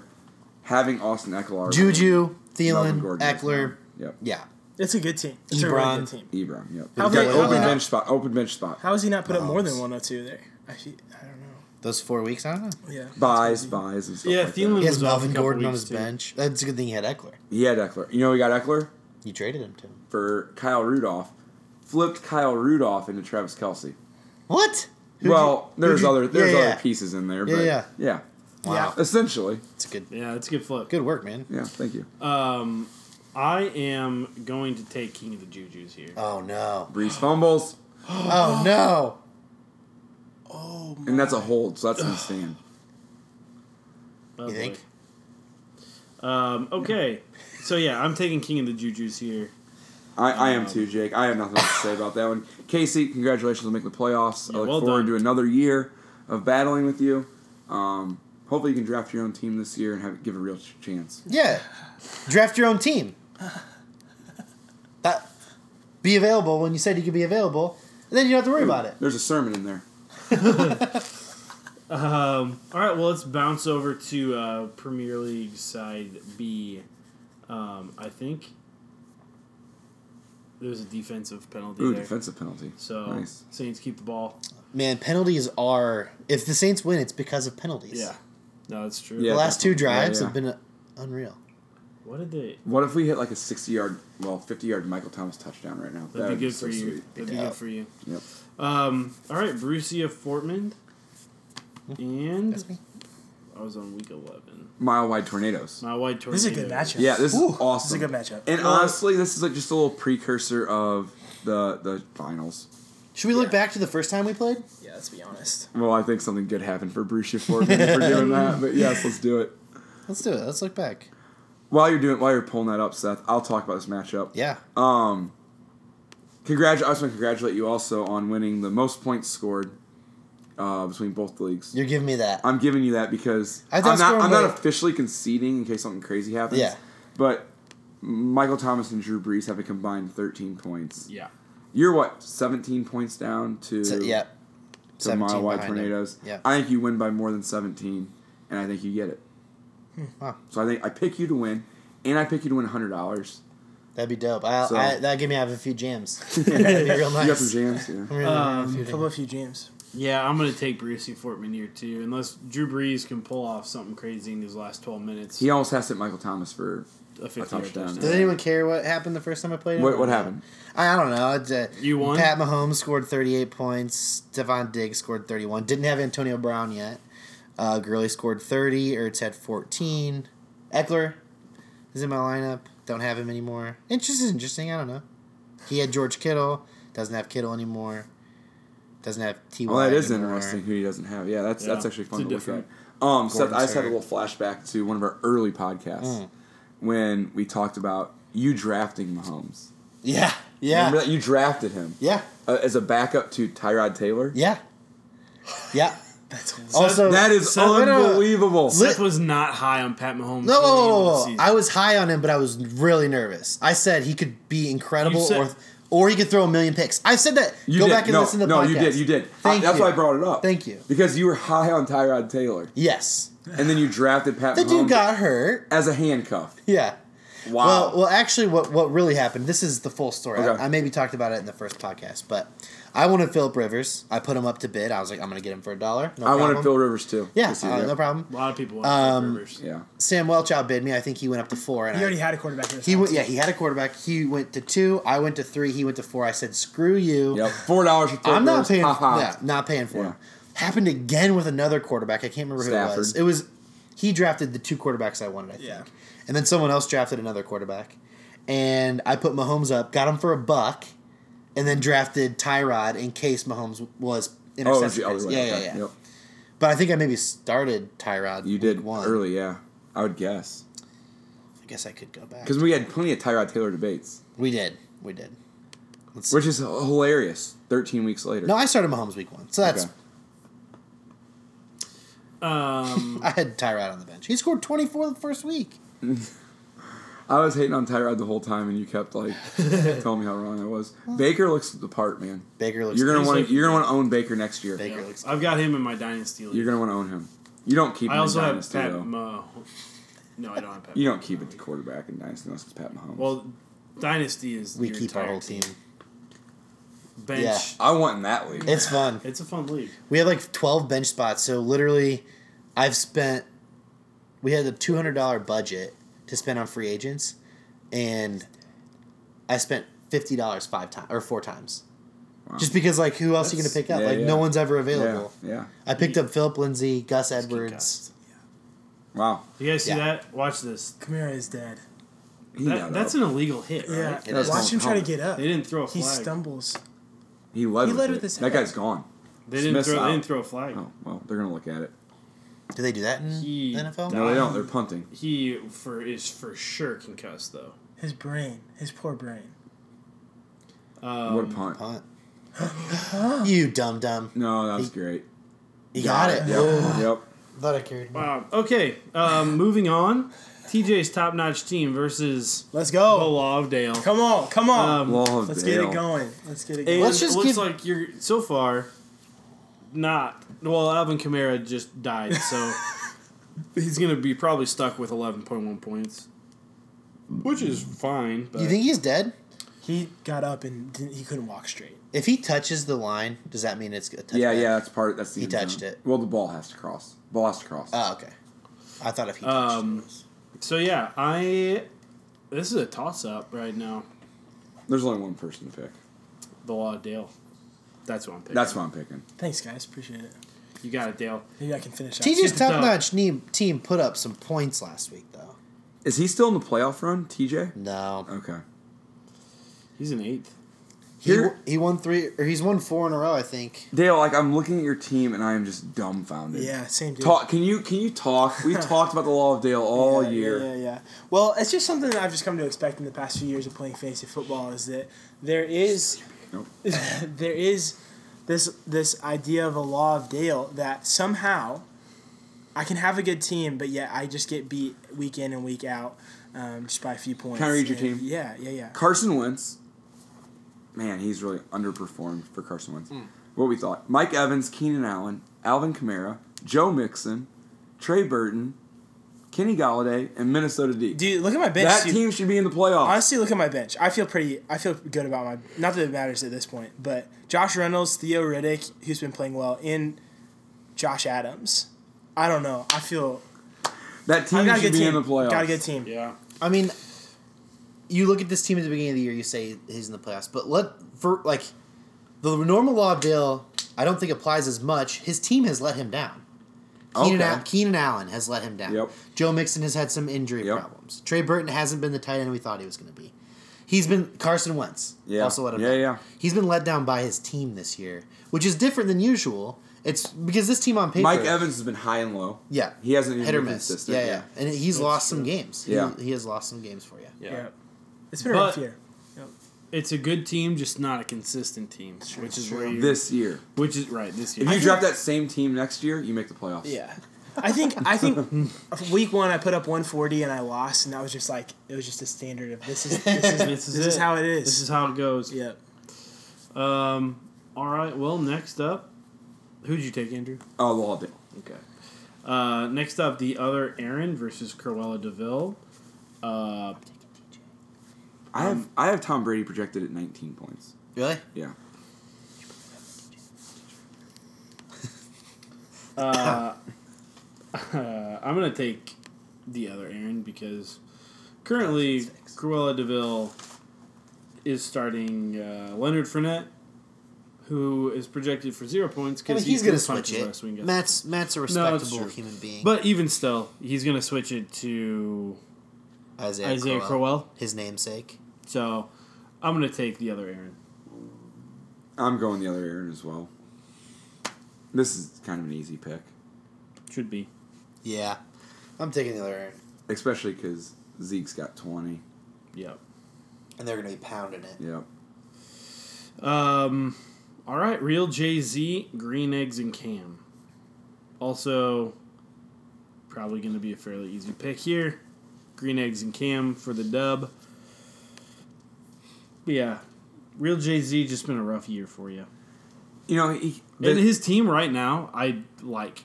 Speaker 4: Having Austin Eckler,
Speaker 2: Juju, Thielen,
Speaker 4: Melvin Gordon is
Speaker 2: Eckler.
Speaker 4: now- Yep.
Speaker 2: Yeah,
Speaker 3: It's a good team. It's a
Speaker 2: Ebron.
Speaker 3: really good team.
Speaker 4: Ebron. Yep.
Speaker 3: How
Speaker 4: He's got
Speaker 2: they- how
Speaker 4: open
Speaker 2: they-
Speaker 4: bench spot. Open bench spot.
Speaker 3: How has he not put up more than
Speaker 2: Mahomes.
Speaker 3: 102 there? I, fe- I don't know.
Speaker 2: those four weeks. I don't know.
Speaker 3: Yeah.
Speaker 4: Buys, buys, and stuff.
Speaker 1: Yeah,
Speaker 4: like that.
Speaker 1: Thielen-
Speaker 2: He has
Speaker 1: was off a
Speaker 2: Melvin
Speaker 1: couple
Speaker 2: Gordon on
Speaker 1: weeks,
Speaker 2: his
Speaker 1: too.
Speaker 2: bench. That's a good thing he had Eckler.
Speaker 4: He had Eckler. You know, we got Eckler
Speaker 2: You traded him to him.
Speaker 4: for Kyle Rudolph. Flipped Kyle Rudolph into Travis Kelsey.
Speaker 2: What? Who'd
Speaker 4: well,
Speaker 2: you- who'd
Speaker 4: there's
Speaker 2: you-
Speaker 4: other there's
Speaker 2: yeah,
Speaker 4: other
Speaker 2: yeah.
Speaker 4: pieces in there,
Speaker 2: Yeah,
Speaker 4: but
Speaker 2: yeah.
Speaker 4: yeah,
Speaker 2: Wow,
Speaker 4: essentially.
Speaker 2: it's a good,
Speaker 1: Yeah, that's a good flip.
Speaker 2: good work, man.
Speaker 4: Yeah, thank you.
Speaker 1: Um, I am going to take King of the Juju's here.
Speaker 2: Oh no!
Speaker 4: Breeze fumbles,
Speaker 2: Oh no!
Speaker 3: Oh,
Speaker 4: and that's a hold, so that's in stand.
Speaker 1: Oh,
Speaker 2: You
Speaker 1: boy.
Speaker 2: think?
Speaker 1: Um, okay. So, yeah, I'm taking King of the Juju's here.
Speaker 4: I, I am
Speaker 1: Um,
Speaker 4: too, Jake. I have nothing else to say about that one. Casey, congratulations on making the playoffs. I
Speaker 1: Yeah,
Speaker 4: look
Speaker 1: well
Speaker 4: forward
Speaker 1: done.
Speaker 4: to another year of battling with you. Um, hopefully, you can draft your own team this year and have it give it a real ch- chance.
Speaker 2: Yeah. Draft your own team. That be available when you said you could be available. And then you don't have to worry about it.
Speaker 4: There's a sermon in there.
Speaker 1: Um, All right, well, let's bounce over to uh, Premier League side B. Um, I think there's a defensive penalty
Speaker 4: Ooh,
Speaker 1: there.
Speaker 4: defensive penalty.
Speaker 1: So
Speaker 4: nice.
Speaker 1: Saints keep the ball.
Speaker 2: man, penalties are. If the Saints win, it's because of penalties.
Speaker 1: Yeah. No, that's true.
Speaker 2: The
Speaker 4: Yeah.
Speaker 2: last two
Speaker 4: definitely. Yeah,
Speaker 2: drives
Speaker 4: yeah.
Speaker 2: have been uh, unreal.
Speaker 1: What did they?
Speaker 4: What if we hit like a 60 yard, well, 50 yard Michael Thomas touchdown right now?
Speaker 1: That'd
Speaker 4: That'd
Speaker 1: be good for you. That'd be
Speaker 2: Yeah.
Speaker 1: good for you.
Speaker 4: Yep.
Speaker 1: Um, all right, Brucia Fortman. And
Speaker 2: That's me.
Speaker 1: I was on week 11.
Speaker 4: Mile wide tornadoes.
Speaker 1: My white tornado.
Speaker 3: This is a good matchup.
Speaker 4: Yeah, this
Speaker 3: Ooh,
Speaker 4: is
Speaker 3: This
Speaker 4: awesome.
Speaker 3: is a good matchup.
Speaker 4: And
Speaker 3: Well,
Speaker 4: honestly, this is like just a little precursor of the the finals.
Speaker 2: Should we look
Speaker 3: Yeah.
Speaker 2: back to the first time we played?
Speaker 3: yeah, let's be honest.
Speaker 4: Well, I think something good happened for Bruce Fortman for doing that. But yes, let's do it.
Speaker 2: Let's do it. Let's look back.
Speaker 4: While you're doing, while you're pulling that up, Seth, I'll talk about this matchup.
Speaker 2: Yeah.
Speaker 4: Um, congrat- I just want to congratulate you also on winning the most points scored uh, between both leagues.
Speaker 2: You're giving me that.
Speaker 4: I'm giving you that because
Speaker 2: I
Speaker 4: I'm
Speaker 2: thought
Speaker 4: not,
Speaker 2: scoring
Speaker 4: I'm not
Speaker 2: by-
Speaker 4: officially conceding in case something crazy happens.
Speaker 2: Yeah.
Speaker 4: But Michael Thomas and Drew Brees have a combined 13 points.
Speaker 1: Yeah.
Speaker 4: You're what 17 points down to
Speaker 2: So, yeah.
Speaker 4: to
Speaker 2: 17
Speaker 4: mile wide
Speaker 2: behind him.
Speaker 4: tornadoes.
Speaker 2: Yeah.
Speaker 4: I think you win by more than 17, and I think you get it.
Speaker 2: Hmm, Wow.
Speaker 4: So I think I pick you to win, and I pick you to win hundred dollars.
Speaker 2: That'd be dope. I,
Speaker 4: So-
Speaker 2: I, that'd give me I have a few jams. That'd be real
Speaker 4: You got some
Speaker 2: nice.
Speaker 4: jams. Yeah.
Speaker 2: Really,
Speaker 1: Um,
Speaker 2: really
Speaker 3: A
Speaker 2: few
Speaker 3: couple
Speaker 2: jams.
Speaker 3: of few dreams.
Speaker 1: Yeah, I'm going to take Brucia Fortman here, too. Unless Drew Brees can pull off something crazy in these last 12 minutes.
Speaker 4: He almost has to hit Michael Thomas for
Speaker 1: a 50
Speaker 4: touchdown.
Speaker 2: Does anyone care what happened the first time I played?
Speaker 4: what? What happened?
Speaker 2: I, I don't know. It's, uh,
Speaker 1: You won?
Speaker 2: Pat Mahomes scored 38 points. Stephon Diggs scored 31. Didn't have Antonio Brown yet. Uh, Gurley scored 30. Ertz had 14. Eckler is in my lineup. Don't have him anymore. Interesting. Interesting. I don't know. He had George Kittle. Doesn't have Kittle anymore. Doesn't have T.
Speaker 4: Well, that is interesting. Who he doesn't have? Yeah, that's that's
Speaker 1: Yeah.
Speaker 4: actually
Speaker 1: It's
Speaker 4: fun
Speaker 1: a
Speaker 4: to look at.
Speaker 1: different
Speaker 4: Um, Seth, I just had a
Speaker 2: Gordon
Speaker 4: little flashback to one of our early podcasts
Speaker 2: Hmm.
Speaker 4: when we talked about you drafting Mahomes.
Speaker 2: Yeah. Yeah.
Speaker 4: Remember that you drafted him
Speaker 2: Yeah.
Speaker 4: uh, as a backup to Tyrod Taylor.
Speaker 2: Yeah. Yeah.
Speaker 3: That's
Speaker 2: Also,
Speaker 4: That is
Speaker 1: So-
Speaker 4: unbelievable.
Speaker 1: Seth was not high on Pat Mahomes. going
Speaker 2: No,
Speaker 1: into
Speaker 2: whoa,
Speaker 1: the
Speaker 2: whoa, whoa, whoa.
Speaker 1: season.
Speaker 2: I was high on him, but I was really nervous. I said he could be incredible,
Speaker 1: You said-
Speaker 2: or or he could throw a million picks. I said that.
Speaker 4: You
Speaker 2: Go
Speaker 4: did.
Speaker 2: back and
Speaker 4: no,
Speaker 2: listen to the
Speaker 4: no,
Speaker 2: podcast.
Speaker 4: you did. You did.
Speaker 2: Thank
Speaker 4: I- that's
Speaker 2: you.
Speaker 4: why I brought it up.
Speaker 2: Thank you.
Speaker 4: Because you were high on Tyrod Taylor,
Speaker 2: Yes,
Speaker 4: and then you drafted Pat
Speaker 2: the
Speaker 4: Mahomes
Speaker 2: dude got hurt.
Speaker 4: as a handcuff.
Speaker 2: Yeah.
Speaker 4: Wow.
Speaker 2: Well, well, actually, what what really happened? This is the full story.
Speaker 4: Okay.
Speaker 2: I, I maybe talked about it in the first podcast, but I wanted Philip Rivers. I put him up to bid. I was like, I'm going to get him for a dollar. No
Speaker 4: I wanted
Speaker 2: problem.
Speaker 4: Phil Rivers too.
Speaker 2: Yeah,
Speaker 4: This year,
Speaker 2: uh,
Speaker 4: yeah.
Speaker 2: no problem.
Speaker 1: A lot of people. Um, Rivers.
Speaker 4: Yeah.
Speaker 2: Sam Welch outbid me. I think he went up to four, and
Speaker 3: He
Speaker 2: I,
Speaker 3: already had a quarterback. in this
Speaker 2: he went.
Speaker 3: offense.
Speaker 2: Yeah, he had a quarterback. He went to two. I went to three. He went to four. I said, "Screw you."
Speaker 4: Yep. Four dollars for Phil
Speaker 2: I'm
Speaker 4: Rivers.
Speaker 2: not paying.
Speaker 4: Ha ha.
Speaker 2: yeah, not paying for
Speaker 4: Yeah.
Speaker 2: him. Happened again with another quarterback. I can't remember who it was.
Speaker 4: Stafford.
Speaker 2: It was he drafted the two quarterbacks I wanted. I think,
Speaker 3: Yeah.
Speaker 2: and then someone else drafted another quarterback, and I put Mahomes up, got him for a buck, and then drafted Tyrod in case Mahomes was
Speaker 4: Oh, it
Speaker 2: intercepted.
Speaker 4: was the other way.
Speaker 2: yeah, yeah,
Speaker 4: Okay.
Speaker 2: yeah.
Speaker 4: Yep.
Speaker 2: But I think I maybe started Tyrod.
Speaker 4: You
Speaker 2: week
Speaker 4: did
Speaker 2: one.
Speaker 4: early, yeah. I would guess
Speaker 2: I guess I could go back.
Speaker 4: because we had plenty of Tyrod Taylor debates,
Speaker 2: we did, we did.
Speaker 4: which is hilarious. Thirteen weeks later.
Speaker 2: No, I started Mahomes week one, so that's
Speaker 4: Okay.
Speaker 1: Um,
Speaker 2: I had Tyrod on the bench. He scored twenty four the first week.
Speaker 4: I was hating on Tyrod the whole time, and you kept like telling me how wrong I was. Baker looks the part, man.
Speaker 2: Baker looks.
Speaker 4: You're gonna
Speaker 1: he's
Speaker 4: want
Speaker 1: like-
Speaker 4: to. you're gonna want to own Baker next year.
Speaker 2: Baker looks.
Speaker 1: I've got him in my dynasty league.
Speaker 4: You're gonna want to own him. You don't keep.
Speaker 1: I
Speaker 4: him
Speaker 1: also
Speaker 4: in
Speaker 1: have
Speaker 4: dynasty,
Speaker 1: Pat
Speaker 4: though.
Speaker 1: Mahomes. No, I don't have Pat.
Speaker 4: You don't
Speaker 1: Mahomes.
Speaker 4: keep it to quarterback in dynasty unless it's Pat Mahomes.
Speaker 1: Well, dynasty is
Speaker 2: We
Speaker 1: your
Speaker 2: keep our
Speaker 1: entire
Speaker 2: whole team.
Speaker 1: Bench.
Speaker 2: Yeah.
Speaker 4: I want in that league.
Speaker 2: It's fun.
Speaker 1: It's a fun league.
Speaker 2: We had like 12 bench spots. So literally, I've spent. We had a $200 budget to spend on free agents, and I spent $50 five times or four times.
Speaker 4: Wow.
Speaker 2: Just because, like, who else are you
Speaker 1: That's-
Speaker 2: going to pick up?
Speaker 4: yeah,
Speaker 2: like,
Speaker 4: yeah.
Speaker 2: no one's ever
Speaker 4: yeah,
Speaker 2: available.
Speaker 4: yeah.
Speaker 2: I picked up Philip Lindsay, Gus
Speaker 1: Just keep
Speaker 2: Edwards.
Speaker 1: guys.
Speaker 4: Wow.
Speaker 1: You guys see
Speaker 2: Yeah.
Speaker 1: that? Watch this.
Speaker 3: Kamara is dead.
Speaker 4: He got
Speaker 1: That, that's
Speaker 4: up.
Speaker 1: an illegal hit. Right?
Speaker 3: Yeah.
Speaker 2: It is.
Speaker 3: Watch him try to get up.
Speaker 1: They didn't throw a
Speaker 3: He
Speaker 1: flag.
Speaker 3: stumbles.
Speaker 4: he led,
Speaker 3: he
Speaker 4: with
Speaker 3: led
Speaker 4: it.
Speaker 3: with his
Speaker 4: That
Speaker 3: head.
Speaker 4: guy's gone.
Speaker 1: they didn't
Speaker 4: Smith's
Speaker 1: throw.
Speaker 4: out.
Speaker 1: They didn't throw a flag.
Speaker 4: Oh well, they're gonna look at it.
Speaker 2: Do they do that in
Speaker 1: He
Speaker 2: the NFL?
Speaker 1: died.
Speaker 4: No, they don't. They're punting.
Speaker 1: He for is for sure concussed though.
Speaker 3: His brain. His poor brain.
Speaker 1: Um,
Speaker 4: what a punt.
Speaker 2: Punt. you dumb dumb.
Speaker 4: No, that was great.
Speaker 2: You got it.
Speaker 4: Yep. yep.
Speaker 2: Thought I carried. him.
Speaker 1: Wow. Okay. Um, moving on. TJ's top-notch team versus
Speaker 3: Let's go.
Speaker 1: the Law of Dale.
Speaker 3: Come on. Come on.
Speaker 1: Um,
Speaker 4: Law of
Speaker 3: Let's
Speaker 4: Dale.
Speaker 3: get it going. Let's get
Speaker 1: And
Speaker 3: it going.
Speaker 2: Let's just
Speaker 1: it looks
Speaker 2: give-
Speaker 1: like you're so far not well Alvin Kamara just died, so he's gonna be probably stuck with eleven point one points. Which is fine, but
Speaker 2: You think he's dead?
Speaker 3: He got up and didn't, he couldn't walk straight.
Speaker 2: If he touches the line, does that mean it's a touchdown?
Speaker 4: Yeah, yeah, that's part. That's the
Speaker 2: He
Speaker 4: end zone.
Speaker 2: touched it.
Speaker 4: Well, the ball has to cross. Ball has to cross.
Speaker 2: Oh, okay. I thought if he touched
Speaker 1: Um,
Speaker 2: it. it was-
Speaker 1: So yeah, I. This is a toss up right now.
Speaker 4: There's only one person to pick.
Speaker 1: The law of Dale. That's what I'm picking.
Speaker 4: That's what I'm picking.
Speaker 3: Thanks, guys. Appreciate it.
Speaker 1: you got it, Dale.
Speaker 3: Maybe I can finish out.
Speaker 2: TJ's
Speaker 1: It's
Speaker 2: top
Speaker 1: tough.
Speaker 2: notch team, team put up some points last week, though.
Speaker 4: Is he still in the playoff run, TJ?
Speaker 2: No.
Speaker 4: Okay.
Speaker 1: He's an eighth.
Speaker 2: He,
Speaker 4: Here-
Speaker 2: he won three, or he's won four in a row, I think.
Speaker 4: Dale, like I'm looking at your team and I am just dumbfounded.
Speaker 3: Yeah, same dude.
Speaker 4: Talk. Can you can you talk? We talked about the law of Dale all
Speaker 3: yeah,
Speaker 4: year.
Speaker 3: Yeah, yeah, yeah. Well, it's just something that I've just come to expect in the past few years of playing fantasy football is that there is
Speaker 4: Nope.
Speaker 3: there is this this idea of a law of Dale that somehow I can have a good team, but yet I just get beat week in and week out um, just by a few points.
Speaker 4: Can I read your
Speaker 3: And-
Speaker 4: team?
Speaker 3: Yeah, yeah, yeah.
Speaker 4: Carson Wentz. Man, he's really underperformed for Carson Wentz.
Speaker 3: Hmm.
Speaker 4: What we thought: Mike Evans, Keenan Allen, Alvin Kamara, Joe Mixon, Trey Burton, Kenny Galladay, and Minnesota D.
Speaker 3: Dude, look at my bench.
Speaker 4: that
Speaker 3: dude.
Speaker 4: team should be in the playoffs.
Speaker 3: Honestly, look at my bench. I feel pretty. I feel good about my. Not that it matters at this point, but Josh Reynolds, Theo Riddick, who's been playing well, and Josh Adams. I don't know. I feel
Speaker 4: that
Speaker 3: I
Speaker 4: team
Speaker 3: got a good
Speaker 4: should be
Speaker 3: team.
Speaker 4: in the playoffs.
Speaker 3: Got a good team.
Speaker 1: Yeah.
Speaker 2: I mean, you look at this team at the beginning of the year, you say he's in the playoffs, but let for like the normal law of Dale, I don't think applies as much. His team has let him down. Keenan,
Speaker 4: Okay.
Speaker 2: Al- Keenan Allen has let him down.
Speaker 4: Yep.
Speaker 2: Joe Mixon has had some injury
Speaker 4: Yep.
Speaker 2: problems. Trey Burton hasn't been the tight end we thought he was going to be. He's been Carson Wentz.
Speaker 4: Yeah.
Speaker 2: Also let him
Speaker 4: Yeah,
Speaker 2: down.
Speaker 4: yeah.
Speaker 2: He's been let down by his team this year, which is different than usual. It's because this team on paper
Speaker 4: Mike Evans has been high and low.
Speaker 2: Yeah.
Speaker 4: He hasn't even
Speaker 2: hit or
Speaker 4: been
Speaker 2: miss.
Speaker 4: consistent.
Speaker 2: Yeah, yeah. And he's lost some games. He-
Speaker 4: Yeah.
Speaker 2: He, has lost some games for you.
Speaker 1: Yeah.
Speaker 3: Yeah. It's been a
Speaker 1: But-
Speaker 3: rough year.
Speaker 1: It's a good team, just not a consistent team, which is where you,
Speaker 4: This year,
Speaker 1: which is right this year.
Speaker 4: if you drop that same team next year, you make the playoffs.
Speaker 3: Yeah. I think I think week one I put up 140 and I lost and that was just like it was just a standard of this is this is
Speaker 1: this is,
Speaker 3: this is
Speaker 1: it.
Speaker 3: how it is.
Speaker 1: This is how it goes.
Speaker 3: yeah.
Speaker 1: Um. All right. Well, next up, who'd you take, Andrew?
Speaker 4: Oh, the law of Dale.
Speaker 1: Okay. Uh, next up, the other Aaron versus Cruella Deville. Uh,
Speaker 4: I
Speaker 3: Um,
Speaker 4: have I have Tom Brady projected at 19 points.
Speaker 2: Really?
Speaker 4: Yeah.
Speaker 1: uh, I'm gonna take the other Aaron because currently Cruella Deville is starting uh, Leonard Fournette, who is projected for zero points
Speaker 2: I mean,
Speaker 1: because
Speaker 2: he's going to switch it.
Speaker 1: Week and got-
Speaker 2: Matt's Matt's a
Speaker 1: No, it's
Speaker 2: respectable
Speaker 1: true.
Speaker 2: human being.
Speaker 1: But even still, he's gonna switch it to
Speaker 2: Isaiah,
Speaker 1: Isaiah
Speaker 2: Crowell,
Speaker 1: Crowell.
Speaker 2: his namesake.
Speaker 1: So I'm gonna take the other Aaron.
Speaker 4: I'm going the other Aaron as well. This is kind of an easy pick,
Speaker 1: Should be.
Speaker 2: Yeah, I'm taking the other Aaron,
Speaker 4: especially because Zeke's got 20.
Speaker 1: Yep.
Speaker 2: and they're going to be pounding it.
Speaker 4: Yep.
Speaker 1: Um, all right, real Jay Z, green eggs and cam. Also, probably going to be a fairly easy pick here. Green eggs and cam for the dub. But yeah, real Jay Z just been a rough year for you.
Speaker 4: You know, he,
Speaker 1: and his team right now, I like.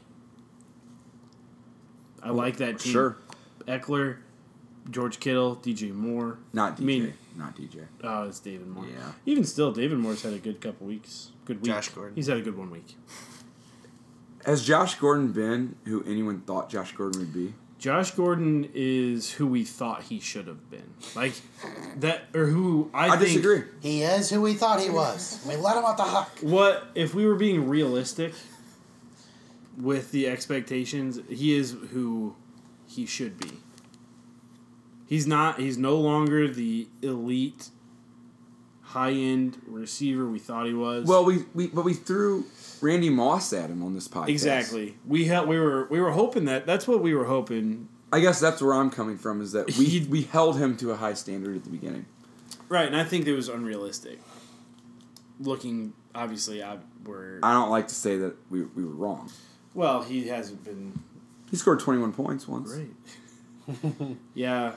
Speaker 1: I like that team.
Speaker 4: sure
Speaker 1: Eckler, George Kittle, DJ Moore.
Speaker 4: not DJ,
Speaker 1: I mean-
Speaker 4: not DJ.
Speaker 1: Oh, it's David Moore.
Speaker 4: Yeah.
Speaker 1: Even still, David Moore's had a good couple weeks. Good week.
Speaker 2: Josh Gordon.
Speaker 1: He's had a good one week.
Speaker 4: Has Josh Gordon been who anyone thought Josh Gordon would be?
Speaker 1: Josh Gordon is who we thought he should have been. Like that or who I,
Speaker 4: I,
Speaker 1: think
Speaker 4: disagree.
Speaker 2: He is who we thought he was. We let him off the hook.
Speaker 1: what if we were being realistic with the expectations, he is who he should be. He's not he's no longer the elite high end receiver we thought he was.
Speaker 4: Well, we, we but we threw Randy Moss at him on this podcast.
Speaker 1: Exactly. We hel- we were we were hoping that that's what we were hoping
Speaker 4: I guess that's where I'm coming from is that we
Speaker 1: He-
Speaker 4: we held him to a high standard at the beginning.
Speaker 1: Right, and I think it was unrealistic. Looking, obviously, I were
Speaker 4: I don't like to say that we, we were wrong.
Speaker 1: well. He hasn't been
Speaker 4: He scored 21 points once.
Speaker 1: great. yeah,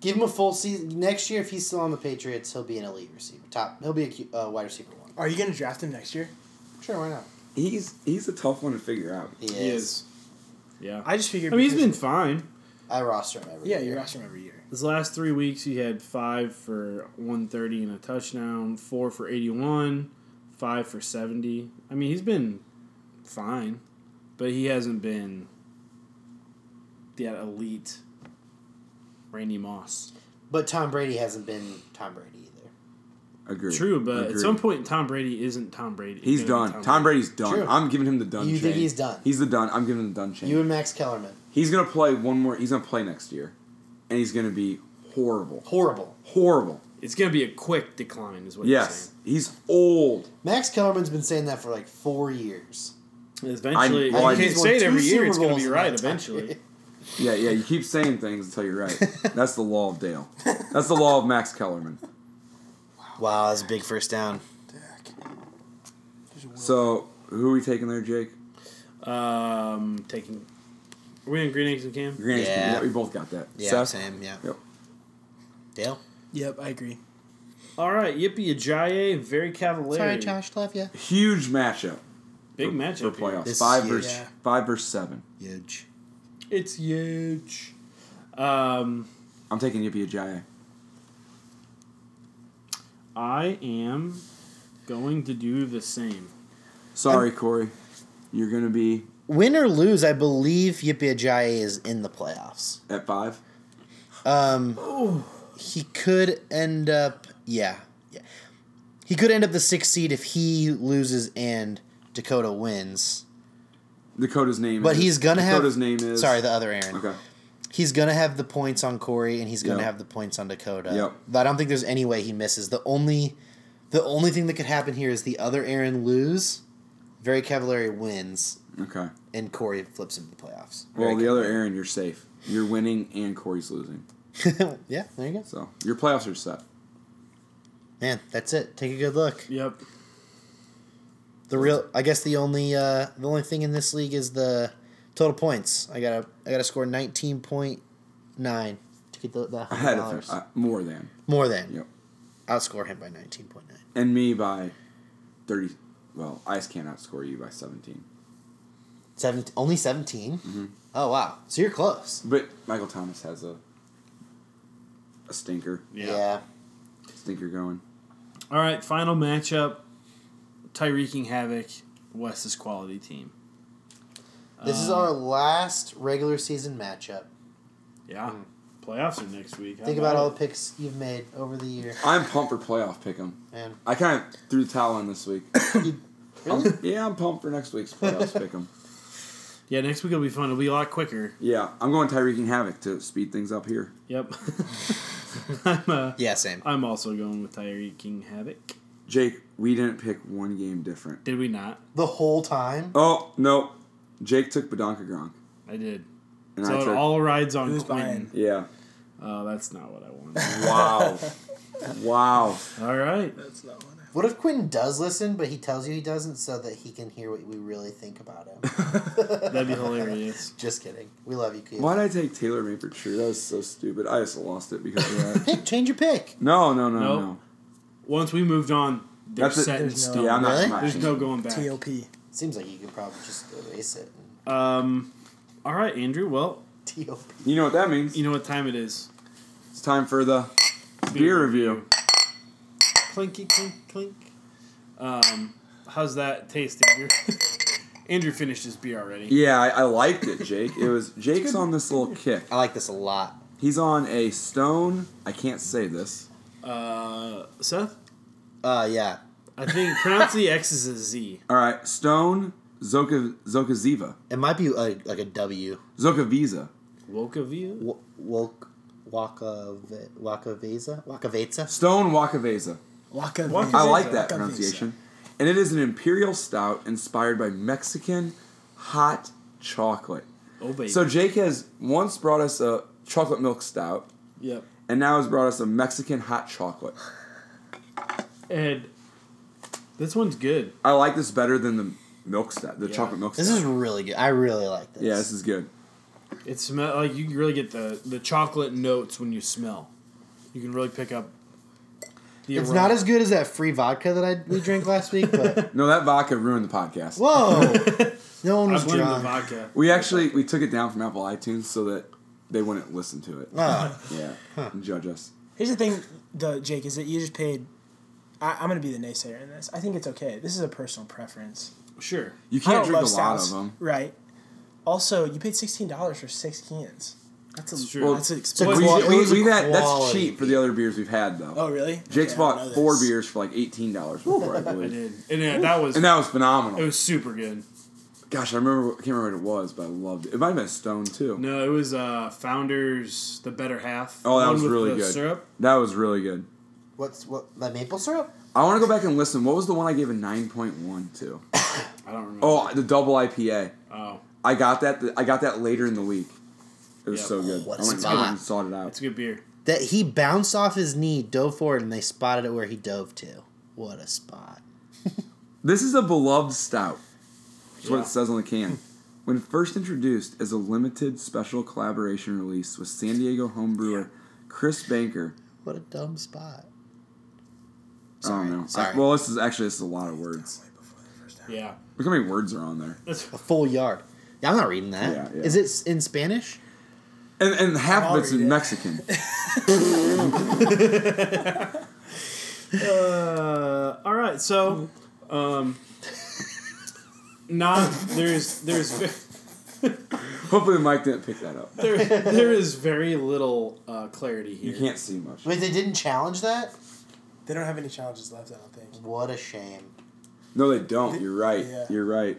Speaker 2: Give him a full season next year. If he's still on the Patriots, he'll be an elite receiver. Top. He'll be a Q- uh, wide receiver one.
Speaker 3: Are you going to draft him next year?
Speaker 2: Sure, why not?
Speaker 4: He's he's a tough one to figure out.
Speaker 2: He is.
Speaker 1: he is. Yeah, I,
Speaker 3: I just figured
Speaker 1: mean he's
Speaker 3: because-
Speaker 1: been fine.
Speaker 2: I roster him every
Speaker 3: Yeah,
Speaker 2: year.
Speaker 3: you roster him every year.
Speaker 1: His last three weeks, he had five for 130 and a touchdown, four for 81, five for 70. I mean, he's been fine, but he hasn't been that elite Randy Moss.
Speaker 2: But Tom Brady hasn't been Tom Brady either.
Speaker 4: Agreed.
Speaker 1: True, but at
Speaker 4: Agreed.
Speaker 1: some point, Tom Brady isn't Tom Brady.
Speaker 4: He's
Speaker 1: gonna
Speaker 4: done.
Speaker 1: be
Speaker 4: Tom, Brady's done.
Speaker 2: True.
Speaker 4: I'm giving him the done
Speaker 2: You
Speaker 4: chain.
Speaker 2: think he's done?
Speaker 4: He's the done. I'm giving him the done chain.
Speaker 2: You and Max Kellerman.
Speaker 4: he's gonna play one more. He's gonna play next year, and he's gonna be horrible.
Speaker 2: Horrible.
Speaker 4: Horrible.
Speaker 1: It's going to be a quick decline, is what
Speaker 4: Yes, he's old.
Speaker 2: Max Kellerman's been saying that for like four years.
Speaker 1: you're saying. Eventually,
Speaker 4: well,
Speaker 1: you
Speaker 4: I-
Speaker 1: can't
Speaker 2: He's won
Speaker 1: say it
Speaker 2: two
Speaker 1: every year.
Speaker 2: Super
Speaker 1: It's going to
Speaker 2: Bowls
Speaker 1: be
Speaker 2: in
Speaker 1: right
Speaker 2: that time.
Speaker 1: eventually.
Speaker 4: Yeah, yeah. You keep saying things until you're right. That's the law of Dale. That's the law of Max Kellerman.
Speaker 2: Wow, that's a big first down.
Speaker 4: So who are we taking there, Jake?
Speaker 1: Um, taking. Are we in Green Eggs and Cam?
Speaker 4: You're gonna
Speaker 2: Yeah.
Speaker 4: yeah, we both got that.
Speaker 2: Yeah,
Speaker 4: Seth?
Speaker 2: same. Yeah.
Speaker 4: Yep.
Speaker 2: Dale.
Speaker 3: Yep, I agree.
Speaker 1: All right, Yippee Ajayi, very cavalier.
Speaker 2: Sorry, Josh. Love you.
Speaker 4: Huge matchup.
Speaker 1: Big
Speaker 4: for,
Speaker 1: matchup.
Speaker 4: for
Speaker 1: here.
Speaker 4: playoffs.
Speaker 2: This
Speaker 4: five
Speaker 2: is
Speaker 4: versus
Speaker 3: huge.
Speaker 4: five versus seven.
Speaker 2: Huge.
Speaker 1: It's huge. Um,
Speaker 4: I'm taking Yippee Jaya.
Speaker 1: I am going to do the same.
Speaker 4: Sorry, Corey. You're gonna be
Speaker 2: Win or lose, I believe Yippee Ajayi is in the playoffs.
Speaker 4: at five.
Speaker 2: Um, he could end up, yeah, yeah. He could end up the sixth seed if he loses and Dakota wins.
Speaker 4: Dakota's name.
Speaker 2: But
Speaker 4: is,
Speaker 2: he's gonna have
Speaker 4: Mm-hmm. Dakota's name is
Speaker 2: sorry, the other Aaron.
Speaker 4: okay.
Speaker 2: He's gonna have the points on Corey, and he's gonna
Speaker 4: Yep.
Speaker 2: have the points on Dakota.
Speaker 4: Yep.
Speaker 2: I don't think there's any way he misses. The only, the only thing that could happen here is the other Aaron lose, very Cavallari wins,
Speaker 4: Okay.
Speaker 2: and Corey flips into the playoffs.
Speaker 4: Well,
Speaker 2: Very
Speaker 4: the other Aaron, you're safe. You're winning and Corey's losing.
Speaker 2: Cav- yeah, there you go.
Speaker 4: So your playoffs are set.
Speaker 2: Man, that's it. Take a good look.
Speaker 1: Yep.
Speaker 2: The real, I guess the only uh, the only thing in this league is the total points. I gotta I gotta score nineteen point nine to get the, the
Speaker 4: I
Speaker 2: hundred
Speaker 4: had a th-
Speaker 2: dollars
Speaker 4: uh, more than.
Speaker 2: more than.
Speaker 4: Yep.
Speaker 2: Outscore him by nineteen point nine.
Speaker 4: And me by thirty well, I just can't outscore you by seventeen.
Speaker 2: Seven, only 17 Oh wow, so you're close.
Speaker 4: But Michael Thomas has a a stinker.
Speaker 2: Yeah.
Speaker 4: Stinker going.
Speaker 1: All right, final matchup. Tyreeking Havoc, Wes's quality team.
Speaker 2: This is
Speaker 1: Um,
Speaker 2: our last regular season matchup.
Speaker 1: Yeah.
Speaker 2: Hmm.
Speaker 1: Playoffs are next week. How
Speaker 2: Think about
Speaker 1: it?
Speaker 2: all the picks you've made over the year,
Speaker 4: I'm pumped for playoff pick'em.
Speaker 2: man.
Speaker 4: I kind of threw the towel in this week.
Speaker 2: Really?
Speaker 4: yeah, I'm pumped for next week's playoffs pick'em.
Speaker 1: Yeah, next week will be fun. It'll be a lot quicker.
Speaker 4: Yeah, I'm going Tyreek and Havoc to speed things up here.
Speaker 1: Yep. I'm, uh,
Speaker 2: Yeah, same.
Speaker 1: I'm also going with Tyreeking Havoc.
Speaker 4: Jake, we didn't pick one game different.
Speaker 1: Did we not?
Speaker 2: The whole time.
Speaker 4: Oh no, Jake took Badonka Gronk,
Speaker 1: I did.
Speaker 4: and
Speaker 1: so
Speaker 4: I
Speaker 1: it
Speaker 4: took
Speaker 1: all rides on
Speaker 3: Who's
Speaker 1: Quinn.
Speaker 3: buying?
Speaker 4: yeah.
Speaker 1: Oh, that's not what I wanted.
Speaker 4: Wow, wow.
Speaker 1: all right.
Speaker 3: That's not what I.
Speaker 2: What if Quinn does listen, but he tells you he doesn't, so that he can hear what we really think about him?
Speaker 1: That'd be hilarious.
Speaker 2: Just kidding. We love you, Keith.
Speaker 4: Why did I take Taylor Mapert? Sure, that was so stupid. I just lost it because of that.
Speaker 2: Pick, change your pick.
Speaker 4: No, no, no,
Speaker 1: Nope.
Speaker 4: no.
Speaker 1: Once we moved on, they're
Speaker 4: That's it.
Speaker 1: set in
Speaker 3: There's no-
Speaker 1: stone.
Speaker 4: Yeah, I'm
Speaker 2: Really?
Speaker 4: not.
Speaker 1: There's no going back.
Speaker 3: TLP.
Speaker 2: Seems like you could probably just erase it.
Speaker 1: Um, all right, Andrew. Well,
Speaker 2: And TOP.
Speaker 4: You know what that means?
Speaker 1: you know what time it is.
Speaker 4: It's time for the beer review.
Speaker 1: Clinky, clink, clink. Um, how's that taste, Andrew? Andrew finished his beer already.
Speaker 4: Yeah, I, I liked it, Jake. It was Jake's on this little kick.
Speaker 2: I like this a lot.
Speaker 4: He's on a stone. I can't say this.
Speaker 1: Uh, Seth,
Speaker 2: Uh, yeah.
Speaker 1: I think pronounce the X as a Z.
Speaker 4: All right, Stone Zoka Zokaziva
Speaker 2: It might be like, like a W.
Speaker 4: Zokaviza.
Speaker 1: Wokavia.
Speaker 2: W- Wok. Waka. Wakaveza? Wakavetsa?
Speaker 4: Stone Wakaveza.
Speaker 3: Waka.
Speaker 1: Waka-
Speaker 4: I
Speaker 1: Visa.
Speaker 4: like that
Speaker 3: Waka
Speaker 4: pronunciation. And it is an imperial stout inspired by Mexican hot chocolate.
Speaker 1: Oh baby.
Speaker 4: So Jake has once brought us a chocolate milk stout,
Speaker 1: yep.
Speaker 4: and now has brought us a Mexican hot chocolate.
Speaker 1: And this one's good.
Speaker 4: I like this better than the milk stout, the chocolate milk stout.
Speaker 2: This is really good. I really like this.
Speaker 4: yeah, this is good.
Speaker 1: It smell like you can really get the the chocolate notes when you smell. You can really pick up. The
Speaker 2: It's
Speaker 1: aroma.
Speaker 2: not as good as that free vodka that I we drank last week, but
Speaker 4: No, that vodka ruined the podcast.
Speaker 2: whoa, no one
Speaker 1: I
Speaker 2: was
Speaker 1: blame the
Speaker 2: drunk.
Speaker 1: vodka.
Speaker 4: We actually we took it down from Apple iTunes so that they wouldn't listen to it.
Speaker 2: Oh,
Speaker 4: Yeah, and judge us.
Speaker 3: Here's the thing, though, Jake, is that you just paid. I, I'm going to be the naysayer in this. I think it's okay. This is a personal preference.
Speaker 1: Sure.
Speaker 4: You
Speaker 3: I
Speaker 4: can't
Speaker 3: don't
Speaker 4: drink a
Speaker 3: love
Speaker 4: lot
Speaker 3: stouts.
Speaker 4: of them.
Speaker 3: Right. Also, you paid sixteen dollars for six cans. That's a
Speaker 1: It's true. Well,
Speaker 3: that's an
Speaker 2: a
Speaker 3: expensive.
Speaker 4: We,
Speaker 2: Qual- it
Speaker 4: we,
Speaker 2: was
Speaker 4: we've had, that's
Speaker 2: quality.
Speaker 4: cheap for the other beers we've had though.
Speaker 3: oh really?
Speaker 4: Jake's
Speaker 3: Okay, I don't know
Speaker 4: bought four
Speaker 3: this.
Speaker 4: beers for like eighteen dollars before, I
Speaker 1: I
Speaker 4: believe,
Speaker 1: did. And yeah, that was
Speaker 4: and that was phenomenal.
Speaker 1: it was super good.
Speaker 4: Gosh, I remember. I can't remember what it was, but I loved it. It might have been Stone too.
Speaker 1: No, it was uh Founders the Better Half.
Speaker 4: Oh, that
Speaker 1: One
Speaker 4: was
Speaker 1: with
Speaker 4: really
Speaker 1: the
Speaker 4: good.
Speaker 1: Syrup.
Speaker 4: That was really good.
Speaker 2: what's what? The maple syrup?
Speaker 4: I want to go back and listen. What was the one I gave a nine point one to?
Speaker 1: I don't remember.
Speaker 4: Oh, the double IPA.
Speaker 1: Oh,
Speaker 4: I got that. I got that later in the week. It was
Speaker 1: Yeah.
Speaker 4: so good.
Speaker 2: What
Speaker 4: I
Speaker 2: a
Speaker 4: went
Speaker 2: spot.
Speaker 4: and sought it out.
Speaker 1: it's a good beer.
Speaker 2: That he bounced off his knee, dove forward, and they spotted it where he dove to. What a spot!
Speaker 4: This is a beloved stout. That's what
Speaker 1: Yeah.
Speaker 4: it says on the can. When first introduced as a limited special collaboration release with San Diego home brewer Chris Banker.
Speaker 2: What a dumb spot!
Speaker 4: I
Speaker 2: Sorry,
Speaker 4: don't know. I-
Speaker 2: sorry.
Speaker 4: well, this is actually this is a lot of words.
Speaker 1: Yeah.
Speaker 4: Look how many words are on there.
Speaker 2: A full yard. Yeah, I'm not reading that.
Speaker 4: Yeah, yeah.
Speaker 2: Is it s- in Spanish?
Speaker 4: And, and half
Speaker 3: I'll
Speaker 4: of it's
Speaker 3: read
Speaker 4: in
Speaker 3: it.
Speaker 4: Mexican.
Speaker 1: Uh, all right, so um, not there's there's ve-
Speaker 4: Hopefully, Mike didn't pick that up.
Speaker 1: there, there is very little uh, clarity here.
Speaker 4: You can't see much.
Speaker 2: Wait, they didn't challenge that.
Speaker 3: They don't have any challenges left. I don't think.
Speaker 2: What a shame.
Speaker 4: No, they don't. You're right.
Speaker 3: Yeah.
Speaker 4: You're right.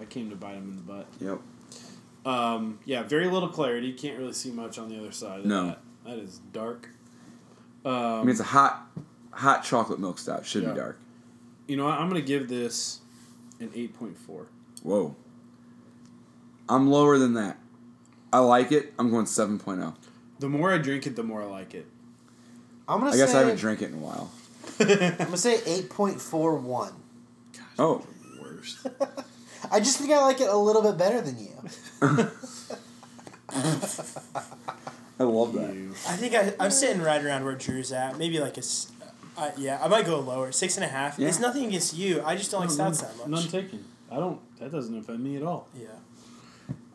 Speaker 1: I came to bite him in the butt.
Speaker 4: Yep.
Speaker 1: Um, yeah, very little clarity. Can't really see much on the other side. Of
Speaker 4: No.
Speaker 1: that. that is dark.
Speaker 4: I mean, it's a hot, hot chocolate milk stout. Should
Speaker 1: Yeah.
Speaker 4: be dark.
Speaker 1: You know what? I'm gonna give this an eight point four.
Speaker 4: Whoa. I'm lower than that. I like it. I'm going oh. 7.0.
Speaker 1: The more I drink it, the more I like it.
Speaker 2: I'm gonna
Speaker 4: I guess
Speaker 2: say
Speaker 4: I haven't drank it in a while.
Speaker 2: I'm gonna say eight point four one.
Speaker 4: Oh,
Speaker 1: Worst.
Speaker 2: I just think I like it a little bit better than you.
Speaker 4: I love that.
Speaker 1: You.
Speaker 3: I think I, I'm sitting right around where Drew's at. Maybe like a. s- Uh, yeah, I might go lower. Six and a half.
Speaker 4: Yeah.
Speaker 3: It's nothing against you. I just don't like stouts that much.
Speaker 1: None taken. I don't. That doesn't offend me at all.
Speaker 3: yeah,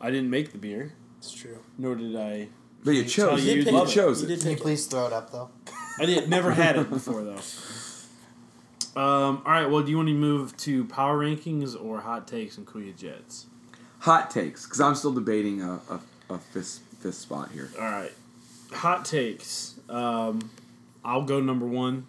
Speaker 1: I didn't make the beer,
Speaker 3: it's true.
Speaker 1: nor did I.
Speaker 4: But you
Speaker 1: You
Speaker 4: chose
Speaker 1: tell
Speaker 4: it.
Speaker 1: you
Speaker 4: You
Speaker 1: love it.
Speaker 4: chose
Speaker 3: You
Speaker 4: it.
Speaker 3: did
Speaker 2: Can you
Speaker 3: pick it.
Speaker 2: please throw it up though?
Speaker 1: I did never had it before though. Um, all right. Well, do you want to move to power rankings or hot takes and Kuya Jets?
Speaker 4: Hot takes, because I'm still debating a, a, a fist, fist spot here.
Speaker 1: All right. Hot takes. Um, I'll go number one.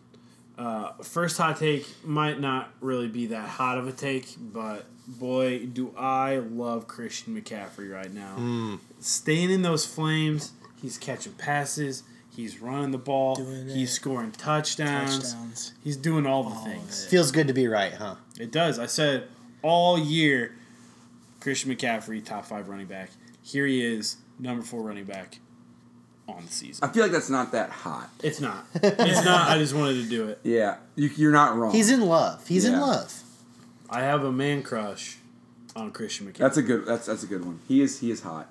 Speaker 1: Uh, first hot take might not really be that hot of a take, but boy, do I love Christian McCaffrey right now. Staying in those flames, he's catching passes, he's running the ball,
Speaker 3: Doing it.
Speaker 1: he's scoring touchdowns,
Speaker 3: Touchdowns.
Speaker 1: he's doing all the
Speaker 3: All
Speaker 1: things.
Speaker 2: Feels good to be right, huh?
Speaker 1: It does. I said all year, Christian McCaffrey, top five running back. Here he is, number four running back on the
Speaker 4: I
Speaker 1: season.
Speaker 4: feel like that's not that hot.
Speaker 1: It's not. It's not. I just wanted to do it.
Speaker 4: Yeah, you, you're not wrong.
Speaker 2: He's in love. He's in
Speaker 4: Yeah.
Speaker 2: love.
Speaker 1: I have a man crush on Christian McCaffrey.
Speaker 4: that's a good. That's that's a good one. He is he is hot.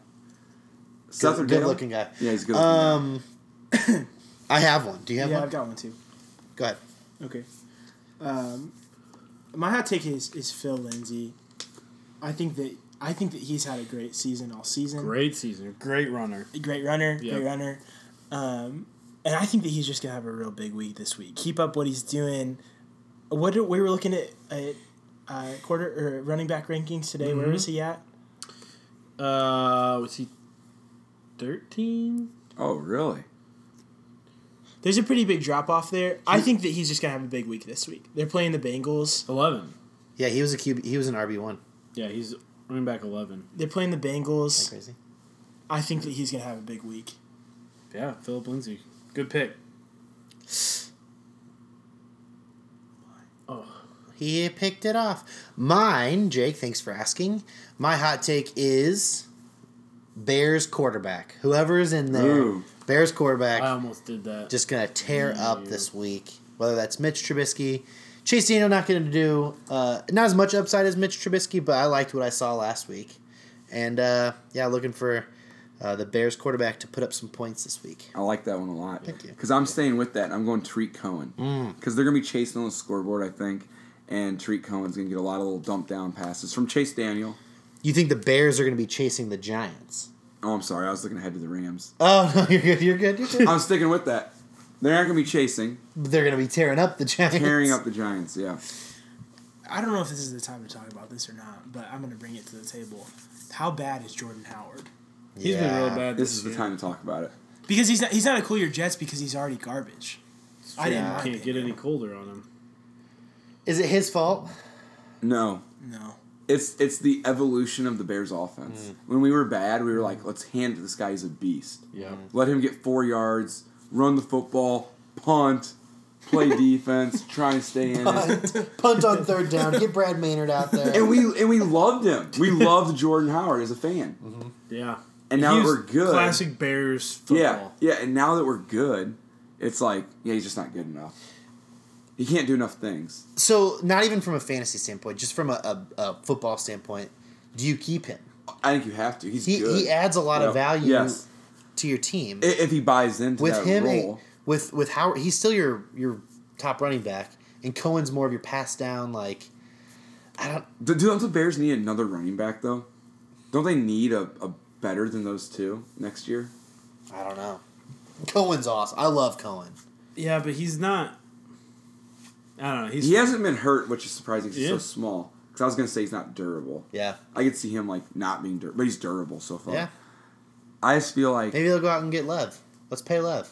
Speaker 4: Seth or
Speaker 2: Good,
Speaker 4: Dale?
Speaker 2: looking guy.
Speaker 4: Yeah, he's a good. Looking guy.
Speaker 2: Um, I have one. Do you have
Speaker 3: Yeah,
Speaker 2: one?
Speaker 3: I've got one too.
Speaker 2: Go ahead.
Speaker 3: Okay. Um, my hot take is, is Phil Lindsay. I think that I think that he's had a great season all season.
Speaker 1: great season. Great runner.
Speaker 3: A Great runner.
Speaker 1: Yeah.
Speaker 3: Great runner. Um, and I think that he's just gonna have a real big week this week. Keep up what he's doing. What do- we were looking at, at uh, quarter or running back rankings today. Where
Speaker 1: Mhm.
Speaker 3: is he at?
Speaker 1: Uh, was he thirteen?
Speaker 4: oh really?
Speaker 3: There's a pretty big drop off there. I think that he's just gonna have a big week this week. They're playing the Bengals.
Speaker 1: Eleven.
Speaker 2: Yeah, he was a QB. He was an RB one.
Speaker 1: Yeah, he's running back eleven.
Speaker 3: They're playing the Bengals.
Speaker 2: Crazy.
Speaker 3: I think that he's gonna have a big week.
Speaker 1: Yeah, Philip Lindsay. Good pick.
Speaker 2: He picked it off. Mine, Jake. Thanks for asking. My hot take is Bears quarterback. Whoever is in there,
Speaker 4: Ooh.
Speaker 2: Bears quarterback.
Speaker 1: I almost did that.
Speaker 2: just gonna tear up
Speaker 1: Yeah.
Speaker 2: this week. Whether that's Mitch Trubisky, Chase Daniel not gonna do uh, not as much upside as Mitch Trubisky, but I liked what I saw last week, and uh, yeah, looking for uh, the Bears quarterback to put up some points this week.
Speaker 4: I like that one a lot.
Speaker 2: Thank you. Mm.
Speaker 4: Because I'm staying with that. and I'm going Tariq Cohen. Because they're going to be chasing on the scoreboard, I think. And Tariq Cohen's going to get a lot of little dump down passes from Chase Daniel.
Speaker 2: You think the Bears are gonna be chasing the Giants?
Speaker 4: Oh, I'm sorry. I was looking ahead to the Rams.
Speaker 2: Oh no, you're good. You're good. You're good.
Speaker 4: I'm sticking with that. They're not going to be chasing,
Speaker 2: They're gonna be tearing up the Giants.
Speaker 4: tearing up the Giants. Yeah.
Speaker 3: I don't know if this is the time to talk about this or not, but I'm going to bring it to the table. How bad is Jordan Howard?
Speaker 1: He's been real bad.
Speaker 4: This is the
Speaker 1: year.
Speaker 4: time to talk about it.
Speaker 3: Because he's not, he's not a cool your Jets because he's already garbage. I didn't
Speaker 2: Yeah.
Speaker 3: like
Speaker 1: Can't
Speaker 3: it.
Speaker 1: get any colder on him.
Speaker 2: Is it his fault?
Speaker 4: No.
Speaker 3: No.
Speaker 4: It's it's the evolution of the Bears
Speaker 1: Mm.
Speaker 4: offense. When we were bad, we were like, let's hand it to this guy. He's a beast.
Speaker 1: Yeah.
Speaker 4: Let him get four yards, run the football, punt, play defense, try and stay in it.
Speaker 2: Punt on third down. Get Brad Maynard out there.
Speaker 4: And we and we loved him. We loved Jordan Howard as a fan.
Speaker 1: Yeah.
Speaker 4: And now that
Speaker 1: He's
Speaker 4: we're good.
Speaker 1: Classic Bears
Speaker 4: Yeah,
Speaker 1: football.
Speaker 4: yeah. And now that we're good, it's like yeah, he's just not good enough. He can't do enough things.
Speaker 2: so not even from a fantasy standpoint, just from a, a, a football standpoint, do you keep him?
Speaker 4: I think you have to. He's
Speaker 2: He
Speaker 4: good.
Speaker 2: he adds a lot
Speaker 4: Yeah.
Speaker 2: of value
Speaker 4: Yes,
Speaker 2: to your team.
Speaker 4: I- if he buys into
Speaker 2: with
Speaker 4: that
Speaker 2: him a-
Speaker 4: role.
Speaker 2: with with Howard he's still your your top running back and Cohen's more of your pass down like I don't
Speaker 4: Do, do don't the Bears need another running back though? Don't they need a, a better than those two next year?
Speaker 2: I don't know. Cohen's awesome. I love Cohen.
Speaker 1: Yeah, but he's not. I don't know. He's
Speaker 4: He hasn't been hurt, which is surprising. 'cause He's
Speaker 1: Yeah.
Speaker 4: so small. Because I was gonna say he's not durable.
Speaker 2: Yeah.
Speaker 4: I could see him like not being durable, but he's durable so far.
Speaker 2: Yeah.
Speaker 4: I just feel like
Speaker 2: Maybe they'll go out and get Love. Let's pay Love.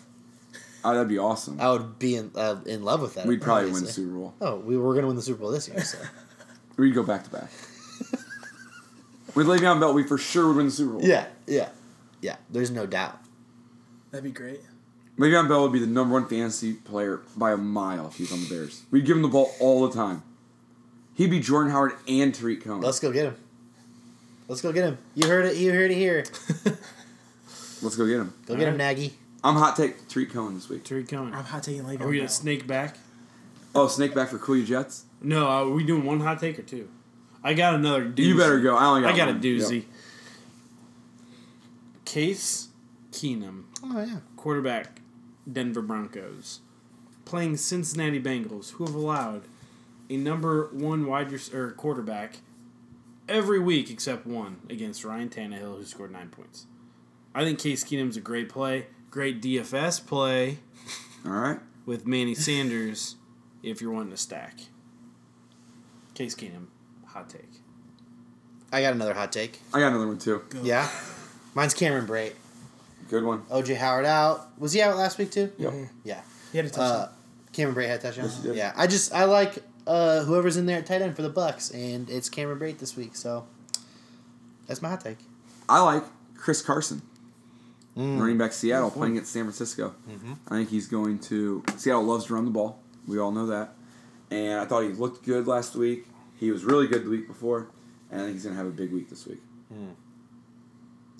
Speaker 4: oh, that'd be awesome.
Speaker 2: I would be in uh, in love with that.
Speaker 4: We'd probably win the
Speaker 2: obviously.
Speaker 4: Super Bowl.
Speaker 2: Oh, we were gonna win the Super Bowl this year. So
Speaker 4: We'd go back to back. With Le'Veon Bell, we for sure would win the Super Bowl.
Speaker 2: yeah, yeah, yeah. There's no doubt.
Speaker 3: That'd be great.
Speaker 4: Le'Veon Bell would be the number one fantasy player by a mile if he was on the Bears. We'd give him the ball all the time. He'd be Jordan Howard and Tariq Cohen.
Speaker 2: Let's go get him. Let's go get him. You heard it. You heard it here.
Speaker 4: Let's go get him.
Speaker 2: Go get him, Nagy.
Speaker 4: I'm hot take Tariq Cohen this week.
Speaker 1: Tariq Cohen.
Speaker 3: I'm
Speaker 1: Are
Speaker 3: hot taking Le'Veon.
Speaker 1: we gonna
Speaker 3: Bell.
Speaker 1: snake back?
Speaker 4: Oh, snake back for Cool You Jets.
Speaker 1: No, uh, are we doing one hot take or two? I got another. Doozy.
Speaker 4: You better go. I only got
Speaker 1: I got
Speaker 4: one.
Speaker 1: a doozy.
Speaker 4: Yep.
Speaker 1: Case Keenum,
Speaker 2: Oh yeah.
Speaker 1: quarterback, Denver Broncos, playing Cincinnati Bengals, who have allowed a number one wide rec- or quarterback every week except one against Ryan Tannehill, who scored nine points. I think Case Keenum's a great play, great DFS play
Speaker 4: All right.
Speaker 1: with Manny Sanders if you're wanting to stack. Case Keenum, hot take.
Speaker 2: I got another hot take.
Speaker 4: I got another one too.
Speaker 3: Go.
Speaker 2: Yeah. Mine's Cameron Brait.
Speaker 4: Good one.
Speaker 2: OJ Howard out. Was he out last week too?
Speaker 4: Yep.
Speaker 2: Yeah.
Speaker 3: He had a
Speaker 2: Uh,
Speaker 3: touchdown.
Speaker 2: Cameron Brait had touchdowns.
Speaker 4: Yes, he did.
Speaker 2: yeah. I just I like uh, whoever's in there at tight end for the Bucks, and it's Cameron Brait this week. So that's my hot take.
Speaker 4: I like Chris Carson, running back Seattle, playing against San Francisco. I think he's going to. Seattle loves to run the ball. We all know that. And I thought he looked good last week. He was really good the week before. And I think he's going to have a big week this week.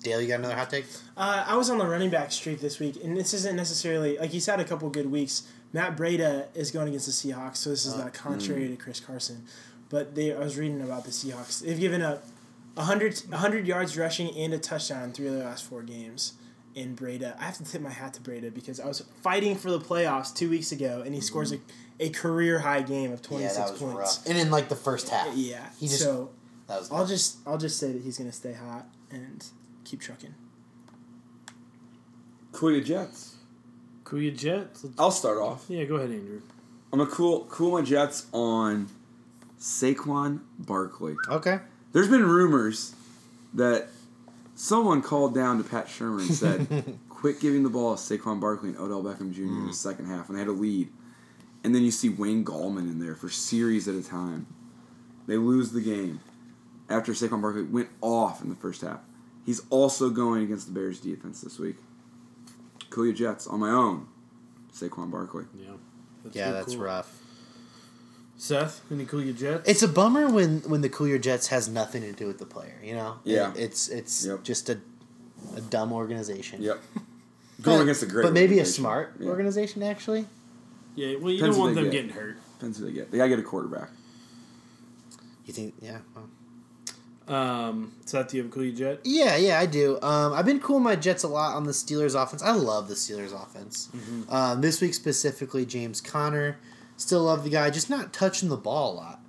Speaker 2: Dale, you got another hot take?
Speaker 3: Uh, I was on the running back streak this week, and this isn't necessarily like he's had a couple good weeks. Matt Breda is going against the Seahawks, so this is not contrary to Chris Carson. But they, I was reading about the Seahawks. They've given up 100, 100 yards rushing and a touchdown in three of their last four games. In Breda, I have to tip my hat to Breda because I was fighting for the playoffs two weeks ago, and he scores a, a career high game of twenty six points.
Speaker 2: And in like the first half.
Speaker 3: Yeah,
Speaker 2: He just
Speaker 3: so
Speaker 2: that was.
Speaker 3: I'll just I'll just say that he's gonna stay hot and keep trucking.
Speaker 4: Cool your Jets.
Speaker 1: Cool your Uh, Jets. Let's-
Speaker 4: I'll start off.
Speaker 1: Yeah, go ahead, Andrew.
Speaker 4: I'm going to cool, cool my Jets on Saquon Barkley.
Speaker 2: okay.
Speaker 4: There's been rumors that someone called down to Pat Shermer and said, "Quit giving the ball to Saquon Barkley and Odell Beckham Jr.
Speaker 2: Hmm.
Speaker 4: in the second half," and they had a lead. And then you see Wayne Gallman in there for series at a time. They lose the game after Saquon Barkley went off in the first half. He's also going against the Bears defense this week. Cool your Jets on my own. Saquon Barkley.
Speaker 1: Yeah.
Speaker 2: Yeah,
Speaker 1: real
Speaker 2: that's
Speaker 1: cool.
Speaker 2: rough.
Speaker 1: Seth, any cool your Jets?
Speaker 2: It's a bummer when when the Cool Your Jets has nothing to do with the player. You know.
Speaker 4: Yeah.
Speaker 2: It- it's it's
Speaker 4: Yep.
Speaker 2: just a a dumb organization.
Speaker 4: Yep. Going against the great.
Speaker 2: But maybe a
Speaker 4: organization.
Speaker 2: smart
Speaker 4: Yeah.
Speaker 2: organization actually.
Speaker 1: yeah, well, you
Speaker 4: Depends
Speaker 1: don't
Speaker 4: who
Speaker 1: want
Speaker 4: they
Speaker 1: them
Speaker 4: get.
Speaker 1: getting hurt.
Speaker 4: Depends who they get. They gotta get a quarterback.
Speaker 2: You think? Yeah. well.
Speaker 1: Um, Seth, do you have a cool your Jet?
Speaker 2: Yeah, yeah, I do. Um, I've been cooling my Jets a lot on the Steelers offense. I love the Steelers offense. Um, this week specifically, James Conner. Still love the guy, just not touching the ball a lot.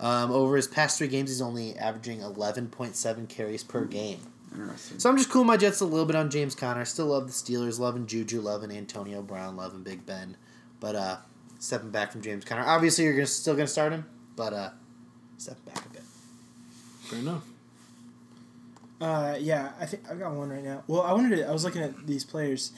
Speaker 2: Um, over his past three games, he's only averaging 11.7 carries per game.
Speaker 4: Interesting.
Speaker 2: So I'm just cooling my jets a little bit on James Conner. Still love the Steelers, loving Juju, loving Antonio Brown, loving Big Ben. But uh stepping back from James Conner. Obviously you're gonna still gonna start him, but uh step back a bit.
Speaker 1: Fair enough.
Speaker 3: Uh, yeah, I think I've got one right now. Well, I wanted to. I was looking at these players.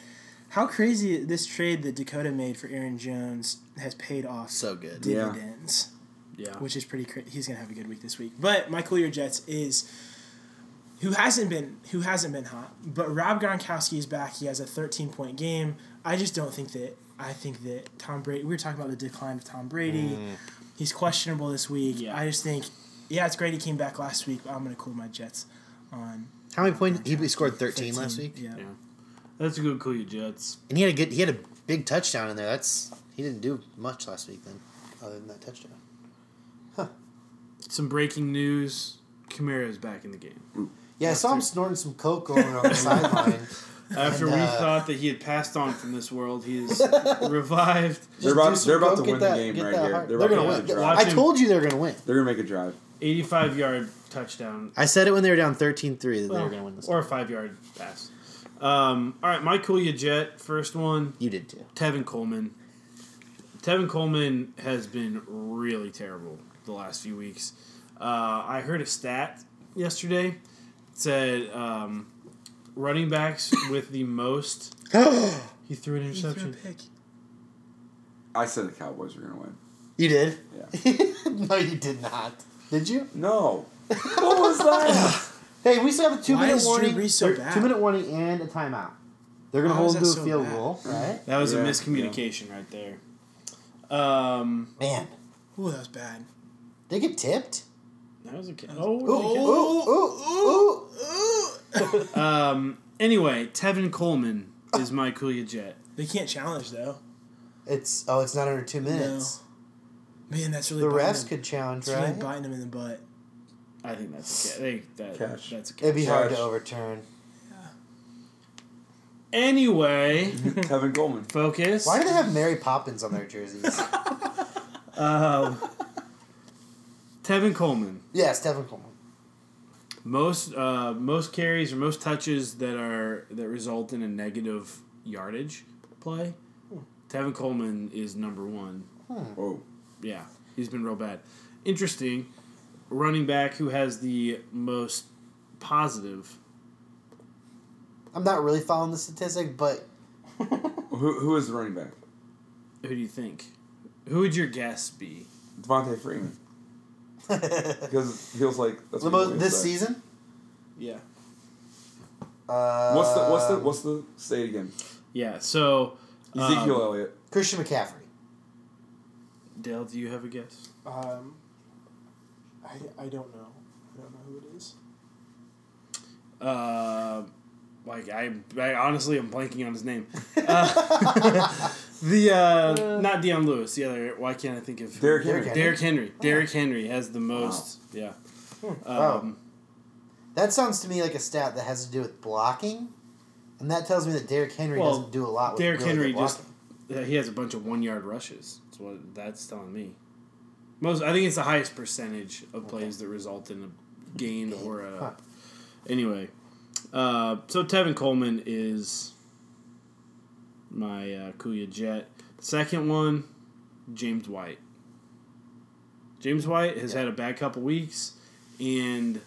Speaker 3: How crazy this trade that Dakota made for Aaron Jones has paid off
Speaker 2: So good.
Speaker 4: Yeah.
Speaker 3: dividends,
Speaker 1: Yeah.
Speaker 3: which is pretty. Cra- he's gonna have a good week this week. But my cool your Jets is who hasn't been who hasn't been hot. But Rob Gronkowski is back. He has a 13 point game. I just don't think that. I think that Tom Brady. We were talking about the decline of Tom Brady. He's questionable this week.
Speaker 1: Yeah.
Speaker 3: I just think. Yeah, it's great he came back last week. But I'm gonna cool my Jets on
Speaker 2: How many points he scored thirteen last week?
Speaker 3: Yeah.
Speaker 1: Yeah. That's a good clue, you Jets.
Speaker 2: And he had a good he had a big touchdown in there. That's he didn't do much last week then, other than that touchdown.
Speaker 1: Some breaking news. Kamara is back in the game.
Speaker 2: Yeah, I saw him snorting some coke over on the sideline.
Speaker 1: After
Speaker 2: And,
Speaker 1: we
Speaker 2: uh,
Speaker 1: thought that he had passed on from this world, he is revived.
Speaker 2: Just
Speaker 4: They're about,
Speaker 2: do some
Speaker 4: they're
Speaker 2: coke,
Speaker 4: about to
Speaker 2: get
Speaker 4: win
Speaker 2: that-
Speaker 4: the game
Speaker 2: get
Speaker 4: right
Speaker 2: that
Speaker 4: here.
Speaker 2: heart.
Speaker 4: They're,
Speaker 2: They're
Speaker 4: about
Speaker 2: gonna
Speaker 4: to
Speaker 2: win.
Speaker 4: make a drive.
Speaker 1: Watch
Speaker 2: I
Speaker 1: him.
Speaker 2: told you they were gonna win.
Speaker 4: They're gonna make a drive.
Speaker 1: 85 yard touchdown
Speaker 2: I said it when they were down 13-3 that they were
Speaker 1: Well,
Speaker 2: gonna win this.
Speaker 1: or a five yard pass. Um, all right, my cool you jet. First one,
Speaker 2: you did too.
Speaker 1: Tevin Coleman. Tevin Coleman has been really terrible the last few weeks. Uh, I heard a stat yesterday It said um, running backs with the most. He threw an interception.
Speaker 4: I said the Cowboys were gonna win.
Speaker 2: You did?
Speaker 4: Yeah.
Speaker 2: no, you did not. Did you?
Speaker 4: No. what was that?
Speaker 2: Hey, we still have a two
Speaker 3: Why
Speaker 2: minute
Speaker 3: is Drew
Speaker 2: warning.
Speaker 3: Brees so
Speaker 2: thir-
Speaker 3: bad?
Speaker 2: Two minute warning and a timeout. They're gonna
Speaker 3: How
Speaker 2: hold
Speaker 3: is
Speaker 2: him
Speaker 3: that
Speaker 2: to a
Speaker 3: so
Speaker 2: field
Speaker 3: bad?
Speaker 2: goal, right?
Speaker 1: That was
Speaker 4: Yeah,
Speaker 1: a
Speaker 4: yeah.
Speaker 1: miscommunication right there. Um,
Speaker 2: Man,
Speaker 3: Ooh, that was bad.
Speaker 2: they get tipped.
Speaker 1: that was a ca-
Speaker 2: Ooh,
Speaker 1: oh.
Speaker 2: ooh, ooh, ooh.
Speaker 1: Um, anyway, Tevin Coleman is my cool you jet.
Speaker 3: They can't challenge though.
Speaker 2: It's oh, it's not under two minutes.
Speaker 3: Man, that's really
Speaker 2: The
Speaker 3: biting
Speaker 2: refs
Speaker 3: them.
Speaker 2: could challenge,
Speaker 3: It's really
Speaker 2: right?
Speaker 3: biting them in the butt.
Speaker 1: I think that's a ca- I think that,
Speaker 4: Cash.
Speaker 1: That's a
Speaker 2: It'd
Speaker 1: catch.
Speaker 2: be hard to
Speaker 4: Judge.
Speaker 2: overturn.
Speaker 1: Anyway,
Speaker 4: Tevin Coleman.
Speaker 1: focus.
Speaker 2: Why do they have Mary Poppins on their jerseys?
Speaker 1: Um, Tevin Coleman,
Speaker 2: yeah, Stephen Coleman.
Speaker 1: most uh, most carries or most touches that are that result in a negative yardage play. Tevin Coleman is number one.
Speaker 4: Oh.
Speaker 1: Yeah, he's been real bad. Interesting, running back who has the most positive.
Speaker 2: I'm not really following the statistic, but
Speaker 4: Who, who is the running back?
Speaker 1: Who do you think? Who would your guess be?
Speaker 4: Devontae Freeman. Because it feels like that's
Speaker 2: the
Speaker 4: what he
Speaker 2: most
Speaker 4: always
Speaker 2: this
Speaker 4: said.
Speaker 2: season.
Speaker 1: Yeah.
Speaker 2: Uh,
Speaker 4: What's the what's the what's the state again?
Speaker 1: Yeah. So,
Speaker 4: Ezekiel
Speaker 1: um,
Speaker 4: Elliott.
Speaker 2: Christian McCaffrey?
Speaker 1: Dale, do you have a guess?
Speaker 3: Um, I, I don't know. I don't know who it is.
Speaker 1: Uh, like I, I honestly am blanking on his name. Uh, the uh, not Deion Lewis. The other. Why can't I think of
Speaker 4: Derrick
Speaker 2: Derrick Henry.
Speaker 4: Henry.
Speaker 1: Derrick Henry. Derrick Henry has the most. Yeah.
Speaker 2: Wow.
Speaker 1: Um,
Speaker 2: That sounds to me like a stat that has to do with blocking, and that tells me that Derrick Henry
Speaker 1: Well,
Speaker 2: doesn't do a lot with
Speaker 1: Derrick
Speaker 2: really
Speaker 1: Henry
Speaker 2: good
Speaker 1: just.
Speaker 2: blocking.
Speaker 1: uh, He has a bunch of one-yard rushes. That's what that's telling me. Most. I think it's the highest percentage of plays that result in a gain or a.
Speaker 2: Huh.
Speaker 1: Anyway, uh, so Tevin Coleman is my uh, Kuya Jet. Second one, James White. James White has had a bad couple weeks, and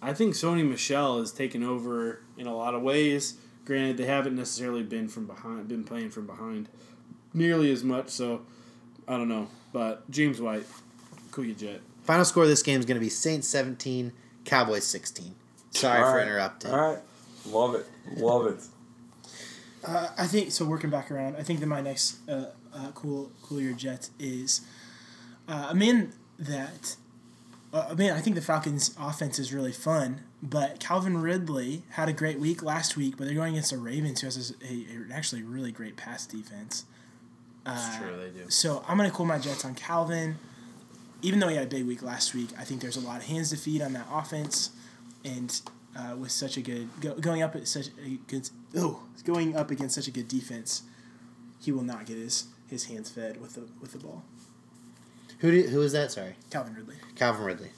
Speaker 1: I think Sony Michelle has taken over in a lot of ways. Granted, they haven't necessarily been from behind, been playing from behind nearly as much. So I don't know, but James White, Kuya Jet.
Speaker 2: Final score of this game is going to be Saints 17, Cowboys 16. Sorry
Speaker 4: All
Speaker 2: for
Speaker 4: right.
Speaker 2: interrupting.
Speaker 4: All right. Love it. Love it.
Speaker 3: Uh, I think so. Working back around, I think that my next uh, uh, cool cool year Jets is uh, a man that uh, I mean I think the Falcons' offense is really fun, but Calvin Ridley had a great week last week, but they're going against the Ravens, who has a, a, an actually really great pass defense.
Speaker 1: It's true, they do.
Speaker 3: So I'm gonna cool my Jets on Calvin, even though he had a big week last week. I think there's a lot of hands to feed on that offense, and uh, with such a good go, going up at such a good oh going up against such a good defense, he will not get his his hands fed with the with the ball.
Speaker 2: Who do, who is that? Sorry.
Speaker 3: Calvin Ridley.
Speaker 2: Calvin Ridley.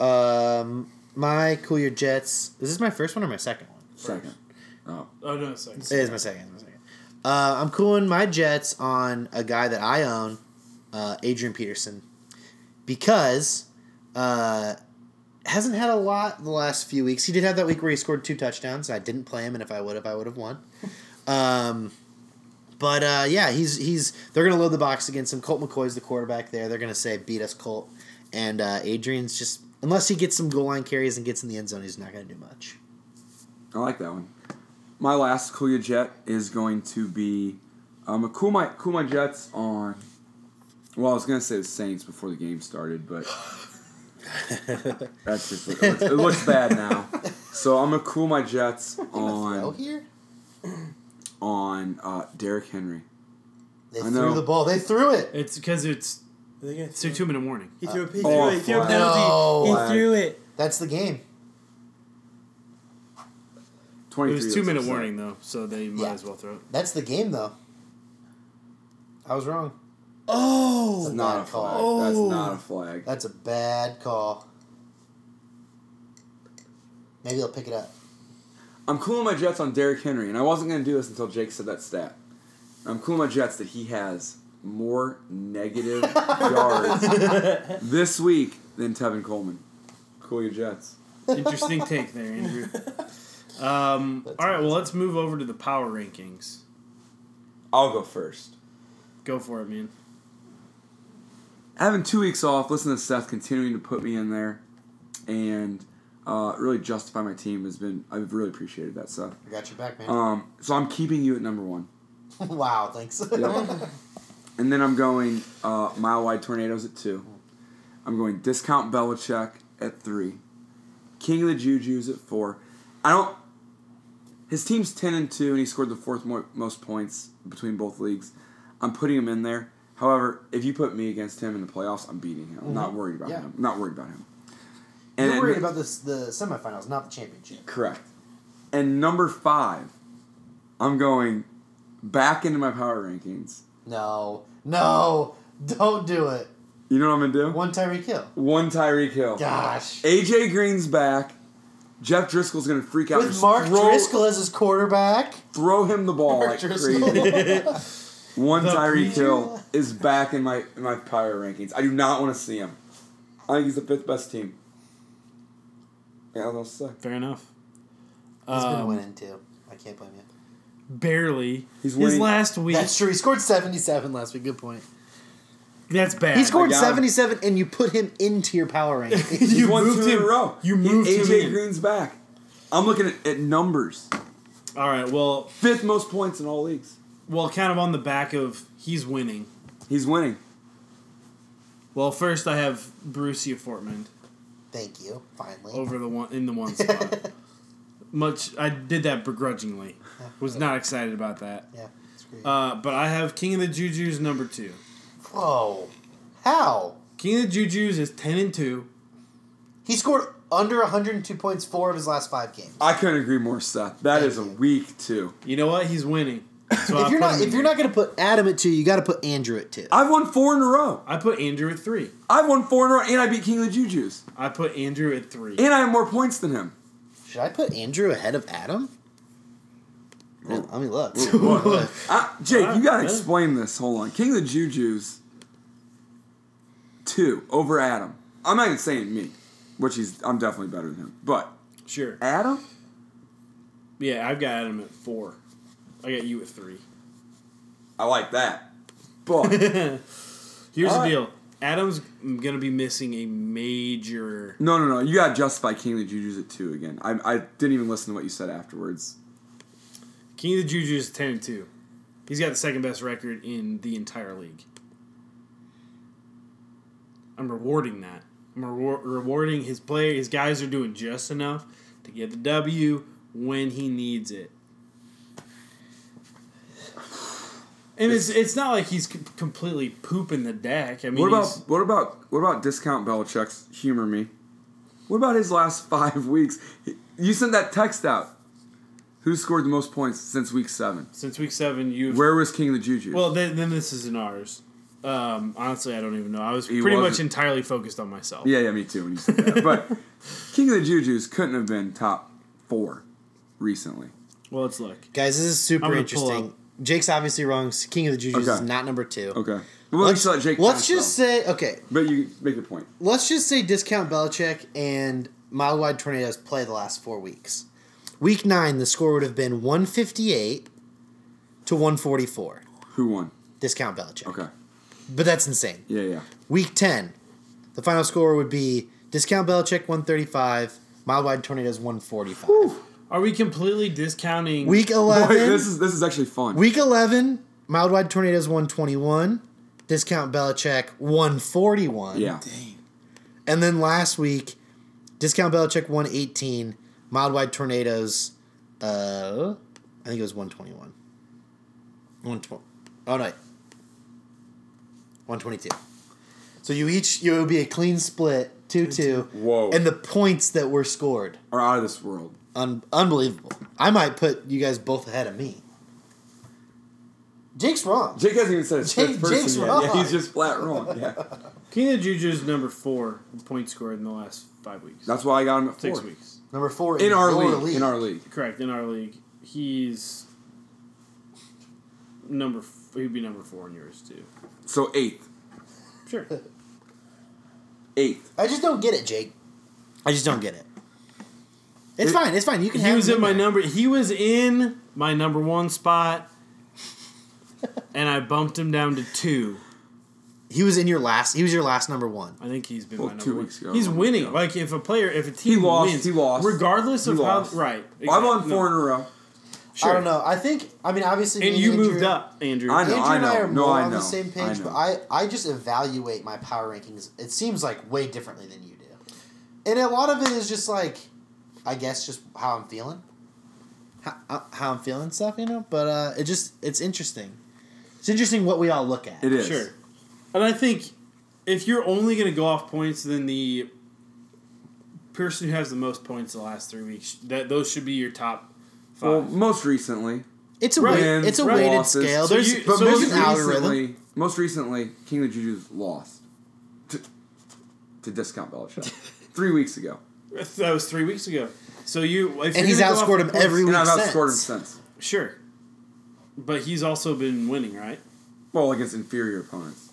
Speaker 2: Um, My cool your Jets. Is this my first one or my second one?
Speaker 4: Second. Oh,
Speaker 1: Oh no, it's like
Speaker 2: It is my second. it's my second. Uh, I'm cooling my Jets on a guy that I own, uh, Adrian Peterson, because uh, hasn't had a lot the last few weeks. He did have that week where he scored two touchdowns. I didn't play him, and if I would have, I would have won. Um, but uh, yeah, he's he's they're gonna load the box against him. Colt McCoy's the quarterback there. They're gonna say beat us, Colt. And uh, Adrian's just unless he gets some goal line carries and gets in the end zone, he's not gonna do much.
Speaker 4: I like that one. My last cool your jet is going to be um, a cool my cool my jets on. Well, I was gonna say the Saints before the game started, but that's just it looks, it looks bad now. So I'm gonna cool my jets
Speaker 2: Throw
Speaker 4: on
Speaker 2: here.
Speaker 4: on uh, Derrick Henry.
Speaker 2: They
Speaker 4: I
Speaker 2: threw
Speaker 4: know.
Speaker 2: the ball. They threw it.
Speaker 1: it's because it's
Speaker 3: Are they gonna
Speaker 1: it's a
Speaker 3: throw-
Speaker 1: two minute warning.
Speaker 3: He threw, a, he threw
Speaker 4: Oh,
Speaker 3: it. He threw a
Speaker 4: flag.
Speaker 3: penalty.
Speaker 2: No,
Speaker 3: he
Speaker 2: flag.
Speaker 3: threw it.
Speaker 2: That's the game.
Speaker 1: It
Speaker 4: Twenty.
Speaker 1: was two minute warning though, so they might
Speaker 2: Yeah.
Speaker 1: as well throw it.
Speaker 2: That's the game, though. I was wrong.
Speaker 3: Oh,
Speaker 4: Not a flag. That's not a flag.
Speaker 2: That's a bad call. Maybe they'll pick it up.
Speaker 4: I'm cooling my Jets on Derrick Henry, and I wasn't going to do this until Jake said that stat. I'm cooling my Jets that he has more negative yards this week than Tevin Coleman. Cool your Jets.
Speaker 1: Interesting take there, Andrew. Um, all right, well let's move over to the power rankings.
Speaker 4: I'll go first.
Speaker 1: Go for it, man.
Speaker 4: Having two weeks off, listen to Seth continuing to put me in there, and uh, really justify my team has been. I've really appreciated that, Seth.
Speaker 2: I got your back, man.
Speaker 4: Um, so I'm keeping you at number one.
Speaker 2: wow, thanks.
Speaker 4: Yep. and then I'm going uh, mile wide tornadoes at two. I'm going discount Belichick at three. King of the Juju's at four. I don't. His team's ten and two, and he scored the fourth mo- most points between both leagues. I'm putting him in there. However, if you put me against him in the playoffs, I'm beating him. I'm not worried about
Speaker 2: Mm-hmm. Yeah.
Speaker 4: him. I'm not worried about him.
Speaker 2: You're
Speaker 4: then-
Speaker 2: worried about this, the semifinals, not the championship.
Speaker 4: Correct. And number five, I'm going back into my power rankings.
Speaker 2: No, no, don't do it.
Speaker 4: You know what I'm gonna do?
Speaker 2: One Tyreek Hill.
Speaker 4: One Tyreek Hill.
Speaker 2: Gosh.
Speaker 4: AJ Green's back. Jeff Driscoll's gonna freak out. and
Speaker 2: With
Speaker 4: just
Speaker 2: Mark
Speaker 4: throw,
Speaker 2: Driscoll as his quarterback.
Speaker 4: throw him the ball
Speaker 2: Mark
Speaker 4: like
Speaker 2: Driscoll.
Speaker 4: crazy. One
Speaker 1: The
Speaker 4: Tyreek
Speaker 1: preacher.
Speaker 4: Hill is back in my in my power rankings. I do not want to see him. I think he's the fifth best team. Yeah, I'll say.
Speaker 1: Fair enough.
Speaker 2: He's been
Speaker 1: Um,
Speaker 2: winning, too. I can't blame you.
Speaker 1: Barely.
Speaker 4: He's
Speaker 1: His
Speaker 4: winning.
Speaker 1: last week.
Speaker 2: That's
Speaker 1: That's,
Speaker 2: true. He scored 77 last week. Good point.
Speaker 1: bad.
Speaker 2: He scored
Speaker 4: I got him.
Speaker 2: 77, and you put him into your power ranking.
Speaker 4: He's won
Speaker 1: moved
Speaker 4: two in
Speaker 1: him.
Speaker 4: a row.
Speaker 1: You
Speaker 4: He-
Speaker 1: moved him
Speaker 4: AJ
Speaker 1: in.
Speaker 4: Green's back. I'm looking at, at numbers.
Speaker 1: All right. Well,
Speaker 4: Fifth most points in all leagues.
Speaker 1: well, kind of on the back of he's winning.
Speaker 4: He's winning.
Speaker 1: Well, first I have Borussia Fortman
Speaker 2: Thank you. Finally.
Speaker 1: over the one in the one spot. Much I did that begrudgingly. Was not excited about that.
Speaker 2: Yeah. it's great.
Speaker 1: Uh, but I have King of the Juju's number two.
Speaker 2: Whoa. How?
Speaker 1: King of the Juju's is ten and two.
Speaker 2: He scored under 102 points four of his last five games.
Speaker 4: I couldn't agree more, Seth. That
Speaker 2: Thank
Speaker 4: is a
Speaker 2: you.
Speaker 4: week two.
Speaker 1: You know what? He's winning. So I
Speaker 2: If
Speaker 1: put
Speaker 2: you're not
Speaker 1: him
Speaker 2: if
Speaker 1: in there.
Speaker 2: you're not gonna put Adam at two, you gotta put Andrew at two.
Speaker 4: I've won four in a row.
Speaker 1: I put Andrew at three.
Speaker 4: I've won four in a row, and I beat King of the Juju's.
Speaker 1: I put Andrew at three.
Speaker 4: And I have more points than him.
Speaker 2: Should I put Andrew ahead of Adam? Man, let me look.
Speaker 4: I, Jake, you gotta
Speaker 1: Alright, yeah.
Speaker 4: explain this. Hold on. King of the Juju's two over Adam. I'm not even saying me, which he's I'm definitely better than him. But
Speaker 1: Sure.
Speaker 4: Adam?
Speaker 1: Yeah, I've got Adam at four. I got you at three.
Speaker 4: I like that. But
Speaker 1: Here's
Speaker 4: All
Speaker 1: the
Speaker 4: right.
Speaker 1: deal. Adam's gonna be missing a major.
Speaker 4: no no no, you gotta justify King of the Juju's at two again. I, I didn't even listen to what you said afterwards.
Speaker 1: King of the Juju is ten and two. He's got the second best record in the entire league. I'm rewarding that. I'm rewar- rewarding his player. His guys are doing just enough to get the W when he needs it. And it's it's not like he's c- completely pooping the deck. I mean,
Speaker 4: What about
Speaker 1: he's-
Speaker 4: what about what about discount Belichick's humor me? What about his last five weeks? You sent that text out. Who scored the most points since week seven?
Speaker 1: since week seven? You've
Speaker 4: Where was King of the Juju?
Speaker 1: Well, then, then this isn't ours. Um, honestly, I don't even know. I was
Speaker 4: He
Speaker 1: pretty much
Speaker 4: wasn't-
Speaker 1: entirely focused on myself.
Speaker 4: Yeah, yeah, me too. When you said that. but King of the Juju's couldn't have been top four recently.
Speaker 1: Well, it's luck.
Speaker 2: Guys, this is
Speaker 1: I'm
Speaker 2: super
Speaker 1: gonna pull
Speaker 2: interesting. Jake's obviously wrong. King of the Juju's
Speaker 4: Okay.
Speaker 2: is not number two.
Speaker 4: Okay. Well, let's let Jake.
Speaker 2: let's
Speaker 4: finish,
Speaker 2: just
Speaker 4: though.
Speaker 2: say okay.
Speaker 4: But you make your point.
Speaker 2: Let's just say discount Belichick and mile wide tornadoes play the last four weeks. Week nine, the score would have been one fifty eight to one forty four.
Speaker 4: Who won?
Speaker 2: Discount Belichick,
Speaker 4: Okay.
Speaker 2: but that's insane.
Speaker 4: Yeah, yeah.
Speaker 2: Week ten, the final score would be discount Belichick one thirty five, mile wide tornadoes one forty five.
Speaker 1: Are we completely discounting?
Speaker 2: Week
Speaker 4: Boy,
Speaker 2: eleven,
Speaker 4: this is this is actually fun.
Speaker 2: Week 11, Mild Wide Tornadoes 121, Discount Belichick 141.
Speaker 4: yeah.
Speaker 3: Dang.
Speaker 2: And then last week, Discount Belichick 118, Mild Wide Tornadoes, uh, I think it was 121. 120. Oh, no. 122. So you each, you it would be a clean split, 2 2.
Speaker 4: Whoa.
Speaker 2: And the points that were scored,
Speaker 4: Are out of this world.
Speaker 2: un- unbelievable. I might put you guys both ahead of me. Jake's wrong.
Speaker 4: Jake hasn't even said his
Speaker 2: Jake-
Speaker 4: fifth person
Speaker 2: Jake's
Speaker 4: yet.
Speaker 2: wrong.
Speaker 4: Yeah, he's just flat wrong. Yeah.
Speaker 1: King of the Juju's number four in points scored in the last five weeks.
Speaker 4: That's why I got him at four.
Speaker 1: Six weeks.
Speaker 2: Number four
Speaker 4: In our
Speaker 2: your
Speaker 4: league. In our league.
Speaker 1: Correct. In our league, he's number. F- he'd be number four in yours too.
Speaker 4: So eighth.
Speaker 1: Sure.
Speaker 4: Eighth.
Speaker 2: I just don't get it, Jake. I just don't get it. It's fine. It's fine. You can.
Speaker 1: he
Speaker 2: have
Speaker 1: was
Speaker 2: him
Speaker 1: in my
Speaker 2: there.
Speaker 1: number. He was in my number one spot, and I bumped him down to two.
Speaker 2: He was in your last. He was your last number one.
Speaker 1: I think he's been
Speaker 4: Well,
Speaker 1: my number
Speaker 4: two
Speaker 1: one.
Speaker 4: weeks ago,
Speaker 1: He's
Speaker 4: one week
Speaker 1: winning.
Speaker 4: ago.
Speaker 1: Like if a player, if a team
Speaker 4: lost,
Speaker 1: wins,
Speaker 4: he lost.
Speaker 1: regardless
Speaker 4: He
Speaker 1: of
Speaker 4: lost.
Speaker 1: how. Right.
Speaker 4: I'm
Speaker 1: exactly.
Speaker 4: on four in a row.
Speaker 1: Sure.
Speaker 2: I don't know. I think. I mean, obviously.
Speaker 1: And
Speaker 2: me
Speaker 1: you
Speaker 2: Andrew-
Speaker 1: moved up, Andrew.
Speaker 4: I know.
Speaker 2: Andrew and I are
Speaker 4: No,
Speaker 2: more
Speaker 4: I
Speaker 2: on the
Speaker 4: know.
Speaker 2: same
Speaker 4: I
Speaker 2: page,
Speaker 4: know.
Speaker 2: but I I just evaluate my power rankings. It seems like way differently than you do, and a lot of it is just like, I guess, just how I'm feeling, how, uh, how I'm feeling stuff, you know. But uh, it just it's interesting. It's interesting what we all look at.
Speaker 4: It is.
Speaker 1: Sure. And I think if you're only going to go off points, then the person who has the most points the last three weeks, that those should be your top five.
Speaker 4: Well, most recently.
Speaker 2: It's a
Speaker 1: Right.
Speaker 2: weight,
Speaker 4: Wins,
Speaker 2: it's a
Speaker 1: right.
Speaker 2: weighted
Speaker 4: losses.
Speaker 2: scale.
Speaker 1: So
Speaker 2: there's
Speaker 1: you-
Speaker 4: But
Speaker 1: so
Speaker 2: there's
Speaker 4: most
Speaker 2: an
Speaker 1: you-
Speaker 2: algorithm.
Speaker 4: recently, most recently, King of the Juju's lost to, to Discount Belichick three weeks ago,
Speaker 1: that was three weeks ago. So you, if
Speaker 2: And
Speaker 1: you're
Speaker 2: he's
Speaker 1: gonna go off
Speaker 2: outscored
Speaker 1: the
Speaker 2: him
Speaker 1: points-
Speaker 2: every
Speaker 4: and
Speaker 2: week
Speaker 4: I've
Speaker 2: since.
Speaker 4: outscored him since.
Speaker 1: Sure, but he's also been winning, right?
Speaker 4: Well, against inferior opponents.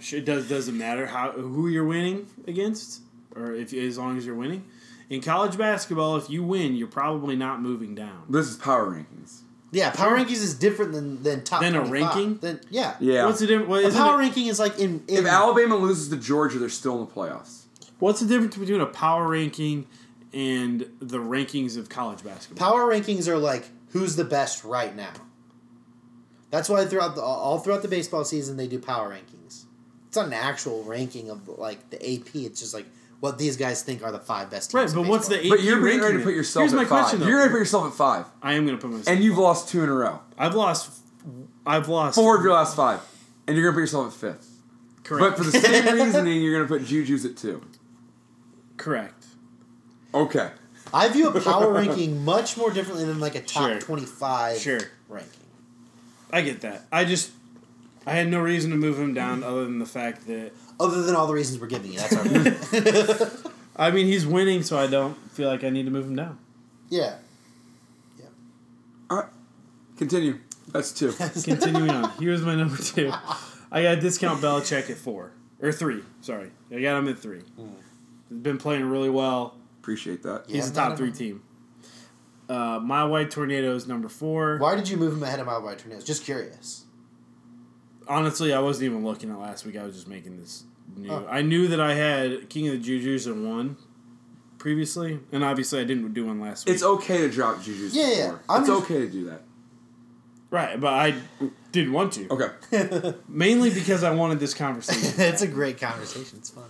Speaker 1: Sure, It does doesn't matter how who you're winning against, or if as long as you're winning. In college basketball, if you win, you're probably not moving down.
Speaker 4: This is power rankings.
Speaker 2: Yeah, power rankings is different than than top.
Speaker 1: Than a
Speaker 2: 25.
Speaker 1: ranking?
Speaker 2: Then yeah.
Speaker 4: Yeah.
Speaker 1: What's the difference? What,
Speaker 2: A
Speaker 1: isn't
Speaker 2: power
Speaker 1: it-
Speaker 2: ranking is like in, in
Speaker 4: if Alabama loses to Georgia, they're still in the playoffs.
Speaker 1: what's the difference between a power ranking and the rankings of college basketball?
Speaker 2: power rankings are like who's the best right now. That's why throughout the all throughout the baseball season they do power rankings. It's not an actual ranking of like the AP. It's just like what these guys think are the five best teams.
Speaker 1: Right,
Speaker 2: in
Speaker 1: but what's the
Speaker 2: baseball.
Speaker 1: AP
Speaker 4: But you're
Speaker 1: ranking
Speaker 4: getting ready to
Speaker 1: then?
Speaker 4: put yourself
Speaker 1: Here's
Speaker 4: at
Speaker 1: my
Speaker 4: five.
Speaker 1: question though.
Speaker 4: you're ready to put yourself at five,
Speaker 1: I am going to put myself.
Speaker 4: and you've lost two in a row.
Speaker 1: I've lost. I've lost.
Speaker 4: Four of your last five, and you're gonna put yourself at fifth. But
Speaker 1: Correct.
Speaker 4: for the same reasoning, you're gonna put Juju's at two.
Speaker 1: correct.
Speaker 4: Okay.
Speaker 2: I view a power ranking much more differently than like a top
Speaker 1: Sure.
Speaker 2: twenty five
Speaker 1: Sure.
Speaker 2: ranking.
Speaker 1: I get that. I just. I had no reason to move him down other than the fact that.
Speaker 2: Other than all the reasons we're giving you, that's our
Speaker 1: I mean, he's winning, so I don't feel like I need to move him down.
Speaker 2: yeah.
Speaker 4: All right. Continue. That's two.
Speaker 1: Continuing on. Here's my number two. I got discount Belichick at four. Or three. Sorry. I got him at three. He's been playing really well.
Speaker 4: Appreciate that.
Speaker 2: Yeah.
Speaker 1: He's a top three team. Uh, my White Tornado is number four.
Speaker 2: Why did you move him ahead of my wide tornadoes? Just curious.
Speaker 1: Honestly, I wasn't even looking at last week. I was just making this new.
Speaker 2: Oh.
Speaker 1: I knew that I had King of the Juju's and one previously, and obviously I didn't do one last week.
Speaker 4: It's okay to drop Juju's.
Speaker 2: Yeah,
Speaker 4: at
Speaker 2: yeah.
Speaker 4: four.
Speaker 2: I'm
Speaker 4: It's
Speaker 2: just-
Speaker 4: okay to do that.
Speaker 1: right, but I didn't want to.
Speaker 4: Okay.
Speaker 1: Mainly because I wanted this conversation.
Speaker 2: it's a great conversation. It's fun.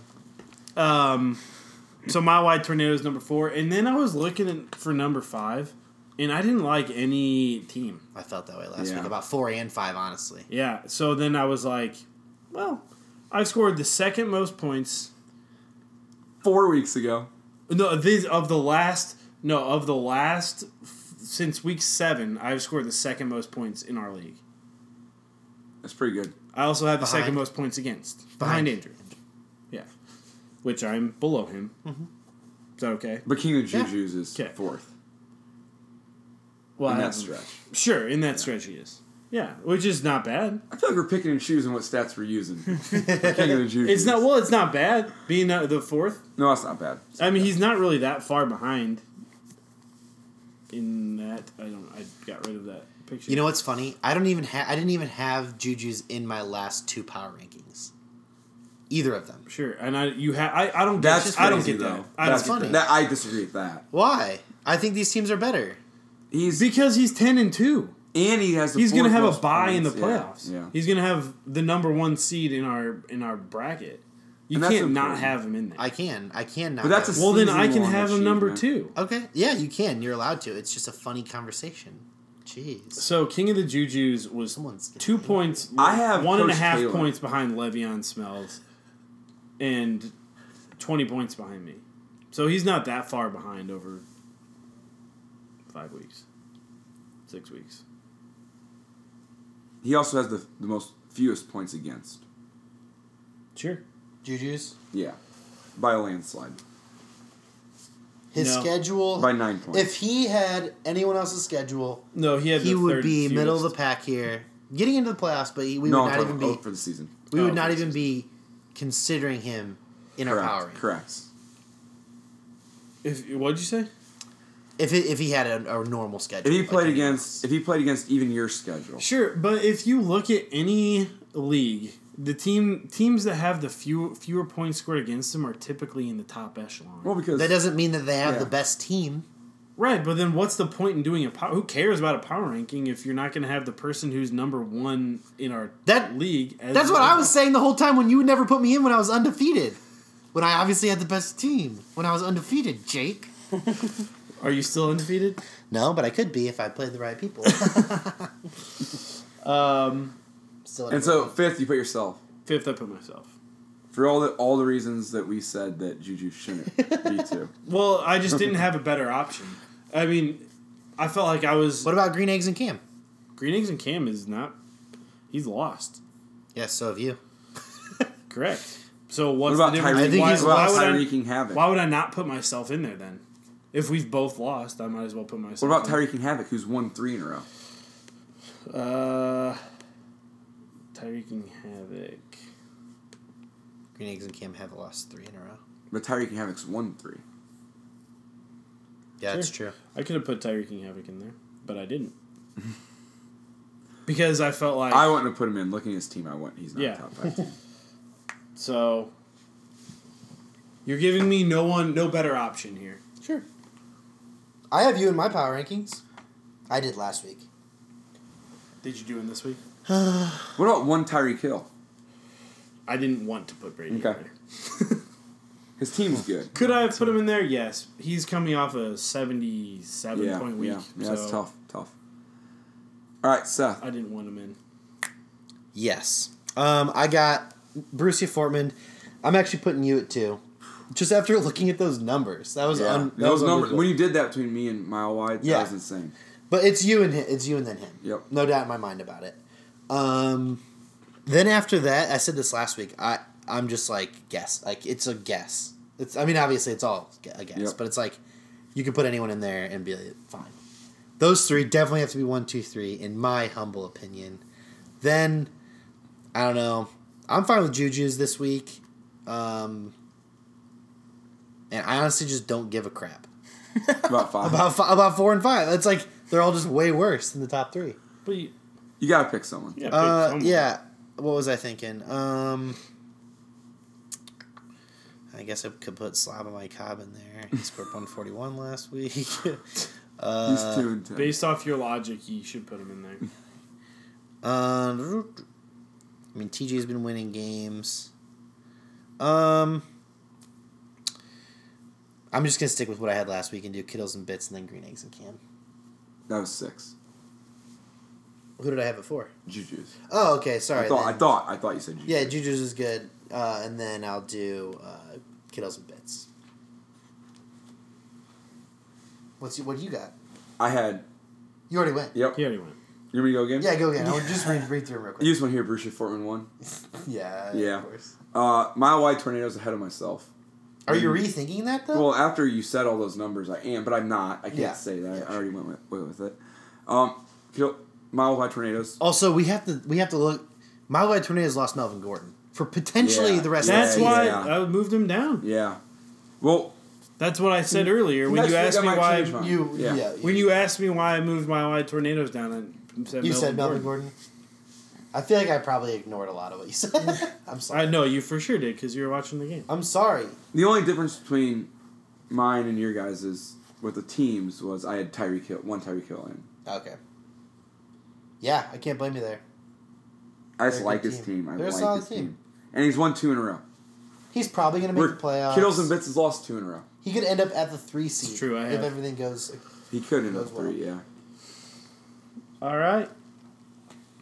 Speaker 1: Um, so my wide tornado is number four, and then I was looking at, for number five, and I didn't like any team.
Speaker 2: I felt that way last
Speaker 4: Yeah.
Speaker 2: week about four and five, honestly.
Speaker 1: Yeah, so then I was like, well, I've scored the second most points.
Speaker 4: Four weeks ago.
Speaker 1: No, these of the last. No, of the last f- since week seven, I've scored the second most points in our league.
Speaker 4: That's pretty good.
Speaker 1: I also have the
Speaker 2: Behind.
Speaker 1: second most points against behind,
Speaker 2: Behind.
Speaker 1: Andrew. Yeah, which I'm below him. Is that okay?
Speaker 4: But King of Juju's is
Speaker 1: Okay.
Speaker 4: fourth
Speaker 1: Well,
Speaker 4: in
Speaker 1: I-
Speaker 4: that stretch.
Speaker 1: sure. In that stretch, he is. Yeah, which is not bad.
Speaker 4: I feel like we're picking and choosing what stats we're using. for King of the Juju's.
Speaker 1: It's not well. It's not bad being uh, the fourth.
Speaker 4: No, that's not bad.
Speaker 1: I mean, he's not really that far behind. In that, I don't. I got rid of that picture.
Speaker 2: You know what's funny? I don't even have. I didn't even have Juju's in my last two power rankings. Either of them.
Speaker 1: sure. And I, you have. I, I don't. Get,
Speaker 4: That's
Speaker 1: I don't
Speaker 4: crazy,
Speaker 1: get
Speaker 4: though.
Speaker 1: that. I
Speaker 4: that's
Speaker 1: don't get
Speaker 2: funny.
Speaker 1: that.
Speaker 4: That, I disagree with that.
Speaker 2: Why? I think these teams are better.
Speaker 4: He's
Speaker 1: Because he's ten and two.
Speaker 4: and he has. The
Speaker 1: He's gonna
Speaker 4: fourth
Speaker 1: have a
Speaker 4: most
Speaker 1: bye in the
Speaker 4: points.
Speaker 1: playoffs.
Speaker 4: Yeah. yeah.
Speaker 1: He's gonna have the number one seed in our in our bracket. You
Speaker 4: And
Speaker 1: can't
Speaker 4: that's
Speaker 1: not
Speaker 4: important.
Speaker 1: have him in there.
Speaker 2: I can. I can not.
Speaker 4: But that's
Speaker 2: have-
Speaker 4: a
Speaker 1: well, then I can
Speaker 4: season-long
Speaker 1: have him number
Speaker 4: achievement.
Speaker 1: two.
Speaker 2: okay. Yeah, you can. You're allowed to. It's just a funny conversation. Jeez.
Speaker 1: So King of the Juju's was
Speaker 2: Someone's getting
Speaker 1: two
Speaker 2: angry.
Speaker 1: points.
Speaker 4: I have
Speaker 1: one and a
Speaker 4: Coach
Speaker 1: half
Speaker 4: Kalen.
Speaker 1: points behind Le'Veon Smells, and twenty points behind me. So he's not that far behind over five weeks, six weeks.
Speaker 4: He also has the, the most fewest points against.
Speaker 1: Sure.
Speaker 2: Juju's.
Speaker 4: Yeah, by a landslide,
Speaker 2: His
Speaker 1: No.
Speaker 2: schedule.
Speaker 4: by nine points.
Speaker 2: If he had anyone else's schedule,
Speaker 1: No, he had.
Speaker 2: he
Speaker 1: the
Speaker 2: would
Speaker 1: third
Speaker 2: be middle of the
Speaker 1: fewest.
Speaker 2: pack here, getting into the playoffs. But he, we would
Speaker 4: no, I'm
Speaker 2: not
Speaker 4: talking
Speaker 2: even
Speaker 4: about
Speaker 2: be.
Speaker 4: for the season.
Speaker 2: We
Speaker 1: Oh,
Speaker 2: would not
Speaker 1: okay.
Speaker 2: even be considering him in our power
Speaker 4: Correct.
Speaker 2: ranking.
Speaker 4: Correct.
Speaker 1: If what'd you say?
Speaker 2: If it, if he had a, a normal
Speaker 4: If
Speaker 2: schedule,
Speaker 4: he
Speaker 2: like
Speaker 4: played
Speaker 2: anyone
Speaker 4: against, if he played against even your schedule,
Speaker 1: Sure, but if you look at any league, the team teams that have the few fewer points scored against them are typically in the top echelon.
Speaker 4: well, because
Speaker 2: else. that doesn't mean that they have
Speaker 4: Yeah.
Speaker 2: the best team.
Speaker 1: Right, but then what's the point in doing a power? Who cares about a power ranking if you're not going to have the person who's number one in our
Speaker 2: That-
Speaker 1: league? As
Speaker 2: That's what I was saying the whole time when you would never put me in when I was undefeated. When I obviously had the best team. When I was undefeated, Jake.
Speaker 1: Are you still undefeated?
Speaker 2: No, but I could be if I played the right people.
Speaker 1: Um,
Speaker 2: Still
Speaker 4: and so fifth, you put yourself
Speaker 1: fifth, I put myself.
Speaker 4: for all the all the reasons that we said that Juju shouldn't be too.
Speaker 1: Well, I just didn't have a better option. I mean, I felt like I was.
Speaker 2: what about Green Eggs and Cam?
Speaker 1: Green Eggs and Cam is not. He's lost.
Speaker 2: Yes, so have you.
Speaker 1: Correct. So
Speaker 4: What
Speaker 1: what's
Speaker 4: about
Speaker 1: the difference?
Speaker 4: Tyreek?
Speaker 2: I think
Speaker 1: why,
Speaker 2: he's
Speaker 1: why
Speaker 4: What
Speaker 1: would
Speaker 4: about
Speaker 1: I,
Speaker 4: Tyreek and Havoc?
Speaker 1: Why would I not put myself in there then? If we've both lost, I might as well put myself.
Speaker 4: What about
Speaker 1: in.
Speaker 4: Tyreek and Havoc, who's won three in a row?
Speaker 1: Uh, Tyreek and Havoc.
Speaker 2: Green Eggs and Cam have lost three in a row.
Speaker 4: But Tyreek and Havoc's won three.
Speaker 2: Yeah, that's
Speaker 1: Sure.
Speaker 2: true.
Speaker 1: I could have put Tyreek and Havoc in there, but I didn't because I felt like
Speaker 4: I wouldn't have put him in. Looking at his team, I wouldn't. He's not
Speaker 1: Yeah.
Speaker 4: a top five. team.
Speaker 1: so. You're giving me no one, no better option here.
Speaker 2: Sure. I have you in my power rankings. I did last week.
Speaker 1: Did you do in this week?
Speaker 4: What about one Tyreek Hill?
Speaker 1: I didn't want to put Brady
Speaker 4: Okay.
Speaker 1: in there.
Speaker 4: His team's good.
Speaker 1: Could I have put him in there? Yes. He's coming off a 77
Speaker 4: Yeah,
Speaker 1: point week.
Speaker 4: yeah, yeah. That's
Speaker 1: so
Speaker 4: tough, tough. All right, Seth.
Speaker 1: I didn't want him in.
Speaker 2: Yes. Um, I got Brucey Fortman. I'm actually putting you at two. Just after looking at those numbers, that was
Speaker 4: Yeah.
Speaker 2: un- that
Speaker 4: those
Speaker 2: was
Speaker 4: numbers
Speaker 2: unbelievable.
Speaker 4: when you did that between me and Mile Wide,
Speaker 2: Yeah.
Speaker 4: that was insane.
Speaker 2: But it's you and him. It's you and then him.
Speaker 4: Yep.
Speaker 2: No doubt in my mind about it. Um, then after that, I said this last week. I I'm just like guess. Like it's a guess. It's I mean obviously it's all gu- a guess,
Speaker 4: Yep.
Speaker 2: but it's like you can put anyone in there and be like, fine. Those three definitely have to be one, two, three in my humble opinion. Then I don't know. I'm fine with Juju's this week. Um, and I honestly just don't give a crap
Speaker 4: About five.
Speaker 2: about fi- about four and five. That's like they're all just way worse than the top three.
Speaker 1: But you,
Speaker 4: you gotta pick someone.
Speaker 1: yeah, pick
Speaker 2: Uh,
Speaker 1: someone.
Speaker 2: yeah. What was I thinking? Um, I guess I could put Slab on my Cobb in there. He scored one forty one last week.
Speaker 4: He's
Speaker 2: uh,
Speaker 4: two and ten.
Speaker 1: Based off your logic, you should put him in there.
Speaker 2: um, I mean, TJ's been winning games. Um, I'm just gonna stick with what I had last week and do Kittles and Bits and then Green Eggs and Cam.
Speaker 4: that was six.
Speaker 2: Who did I have it for?
Speaker 4: Juju's.
Speaker 2: Oh, okay. Sorry.
Speaker 4: I thought.
Speaker 2: then-
Speaker 4: I thought. I thought you said Juju.
Speaker 2: Yeah, Juju's is good. Uh, and then I'll do uh, Kiddos and Bits. What's what do you got?
Speaker 4: I had.
Speaker 2: You already went.
Speaker 4: Yep.
Speaker 1: He already went.
Speaker 4: You want me to go again?
Speaker 2: Yeah, go again. I'll just read, read through 'em real quick.
Speaker 4: You just want to hear Bruce Fortman one?
Speaker 2: yeah,
Speaker 4: Yeah.
Speaker 2: Of course.
Speaker 4: Uh, Mile Wide Tornado's ahead of myself.
Speaker 2: Are you rethinking that though?
Speaker 4: Um, Well, after you said all those numbers, I am, but I'm not. I can't
Speaker 2: Yeah.
Speaker 4: say that.
Speaker 2: Yeah,
Speaker 4: I already went with, went with it. Um, kill, Mile Wide Tornadoes.
Speaker 2: also, we have to we have to look. My Wide Tornadoes lost Melvin Gordon for potentially
Speaker 4: Yeah.
Speaker 2: the rest
Speaker 1: That's
Speaker 2: of the
Speaker 4: Yeah,
Speaker 1: why
Speaker 4: yeah.
Speaker 1: I moved him down.
Speaker 4: Yeah. Well,
Speaker 1: That's what I said earlier when
Speaker 4: next
Speaker 1: you
Speaker 4: week Mm-hmm. I
Speaker 1: asked me
Speaker 4: might
Speaker 1: why.
Speaker 4: change mine.
Speaker 2: You yeah.
Speaker 1: When you asked me why I moved my wide tornadoes down, I said
Speaker 2: you
Speaker 1: Melvin
Speaker 2: said Melvin
Speaker 1: Gordon.
Speaker 2: Gordon. I feel like I probably ignored a lot of what you said.
Speaker 1: I
Speaker 2: I'm sorry.
Speaker 1: know you for sure did because you were watching the game.
Speaker 2: I, am sorry.
Speaker 4: the only difference between mine and your guys is with the teams was I had Tyreek Hill, one Tyreek Hill in.
Speaker 2: Okay. Yeah, I can't blame you there.
Speaker 4: I just
Speaker 2: They're a
Speaker 4: like
Speaker 2: good
Speaker 4: his
Speaker 2: team.
Speaker 4: team. I
Speaker 2: They're a
Speaker 4: like
Speaker 2: solid
Speaker 4: his team.
Speaker 2: team.
Speaker 4: And he's won two in a row.
Speaker 2: He's probably gonna make
Speaker 4: We're-
Speaker 2: the playoffs.
Speaker 4: Kittles and Bits has lost two in a row.
Speaker 2: He could end up at the three seed.
Speaker 1: true, I
Speaker 2: if
Speaker 1: have-
Speaker 2: everything goes.
Speaker 4: He could end up
Speaker 2: Those well.
Speaker 4: three, yeah.
Speaker 1: All right,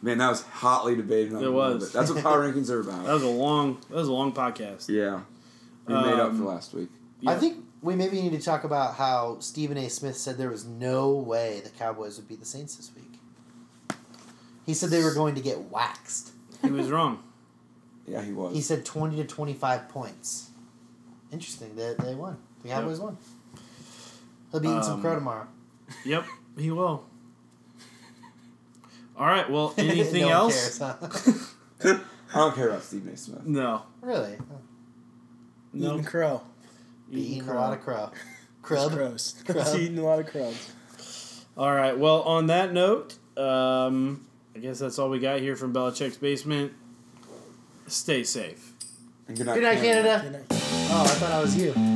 Speaker 4: Man, that was hotly debated. On
Speaker 1: It
Speaker 4: a little
Speaker 1: was.
Speaker 4: bit. That's what power rankings are about.
Speaker 1: that was a long that was a long podcast.
Speaker 4: yeah. We made up for
Speaker 1: Um,
Speaker 4: last week.
Speaker 2: I
Speaker 1: Yeah.
Speaker 2: think we maybe need to talk about how Stephen A. Smith said there was no way the Cowboys would beat the Saints this week. He said they were going to get waxed.
Speaker 1: he was wrong.
Speaker 4: Yeah, he was.
Speaker 2: He said twenty to twenty-five points. Interesting. They, they won. The
Speaker 1: Yep.
Speaker 2: Cowboys won. He'll be eating some
Speaker 1: Um,
Speaker 2: crow tomorrow.
Speaker 1: Yep, he will. All right. Well, anything
Speaker 2: No one
Speaker 1: else?
Speaker 2: cares, huh?
Speaker 4: I don't care about Steve Naismith.
Speaker 1: No.
Speaker 2: really? Huh.
Speaker 1: No.
Speaker 3: Eating crow.
Speaker 2: Be
Speaker 1: Eating
Speaker 2: eating
Speaker 1: crow.
Speaker 2: a lot of crow.
Speaker 3: It's
Speaker 2: Crub.
Speaker 3: Crows.
Speaker 2: Crub.
Speaker 3: Eating a lot of crows.
Speaker 1: All right. Well, on that note, um, I guess that's all we got here from Belichick's basement. Stay safe.
Speaker 4: And good night,
Speaker 2: Good night, Canada.
Speaker 3: Good night.
Speaker 2: Oh, I thought I was you.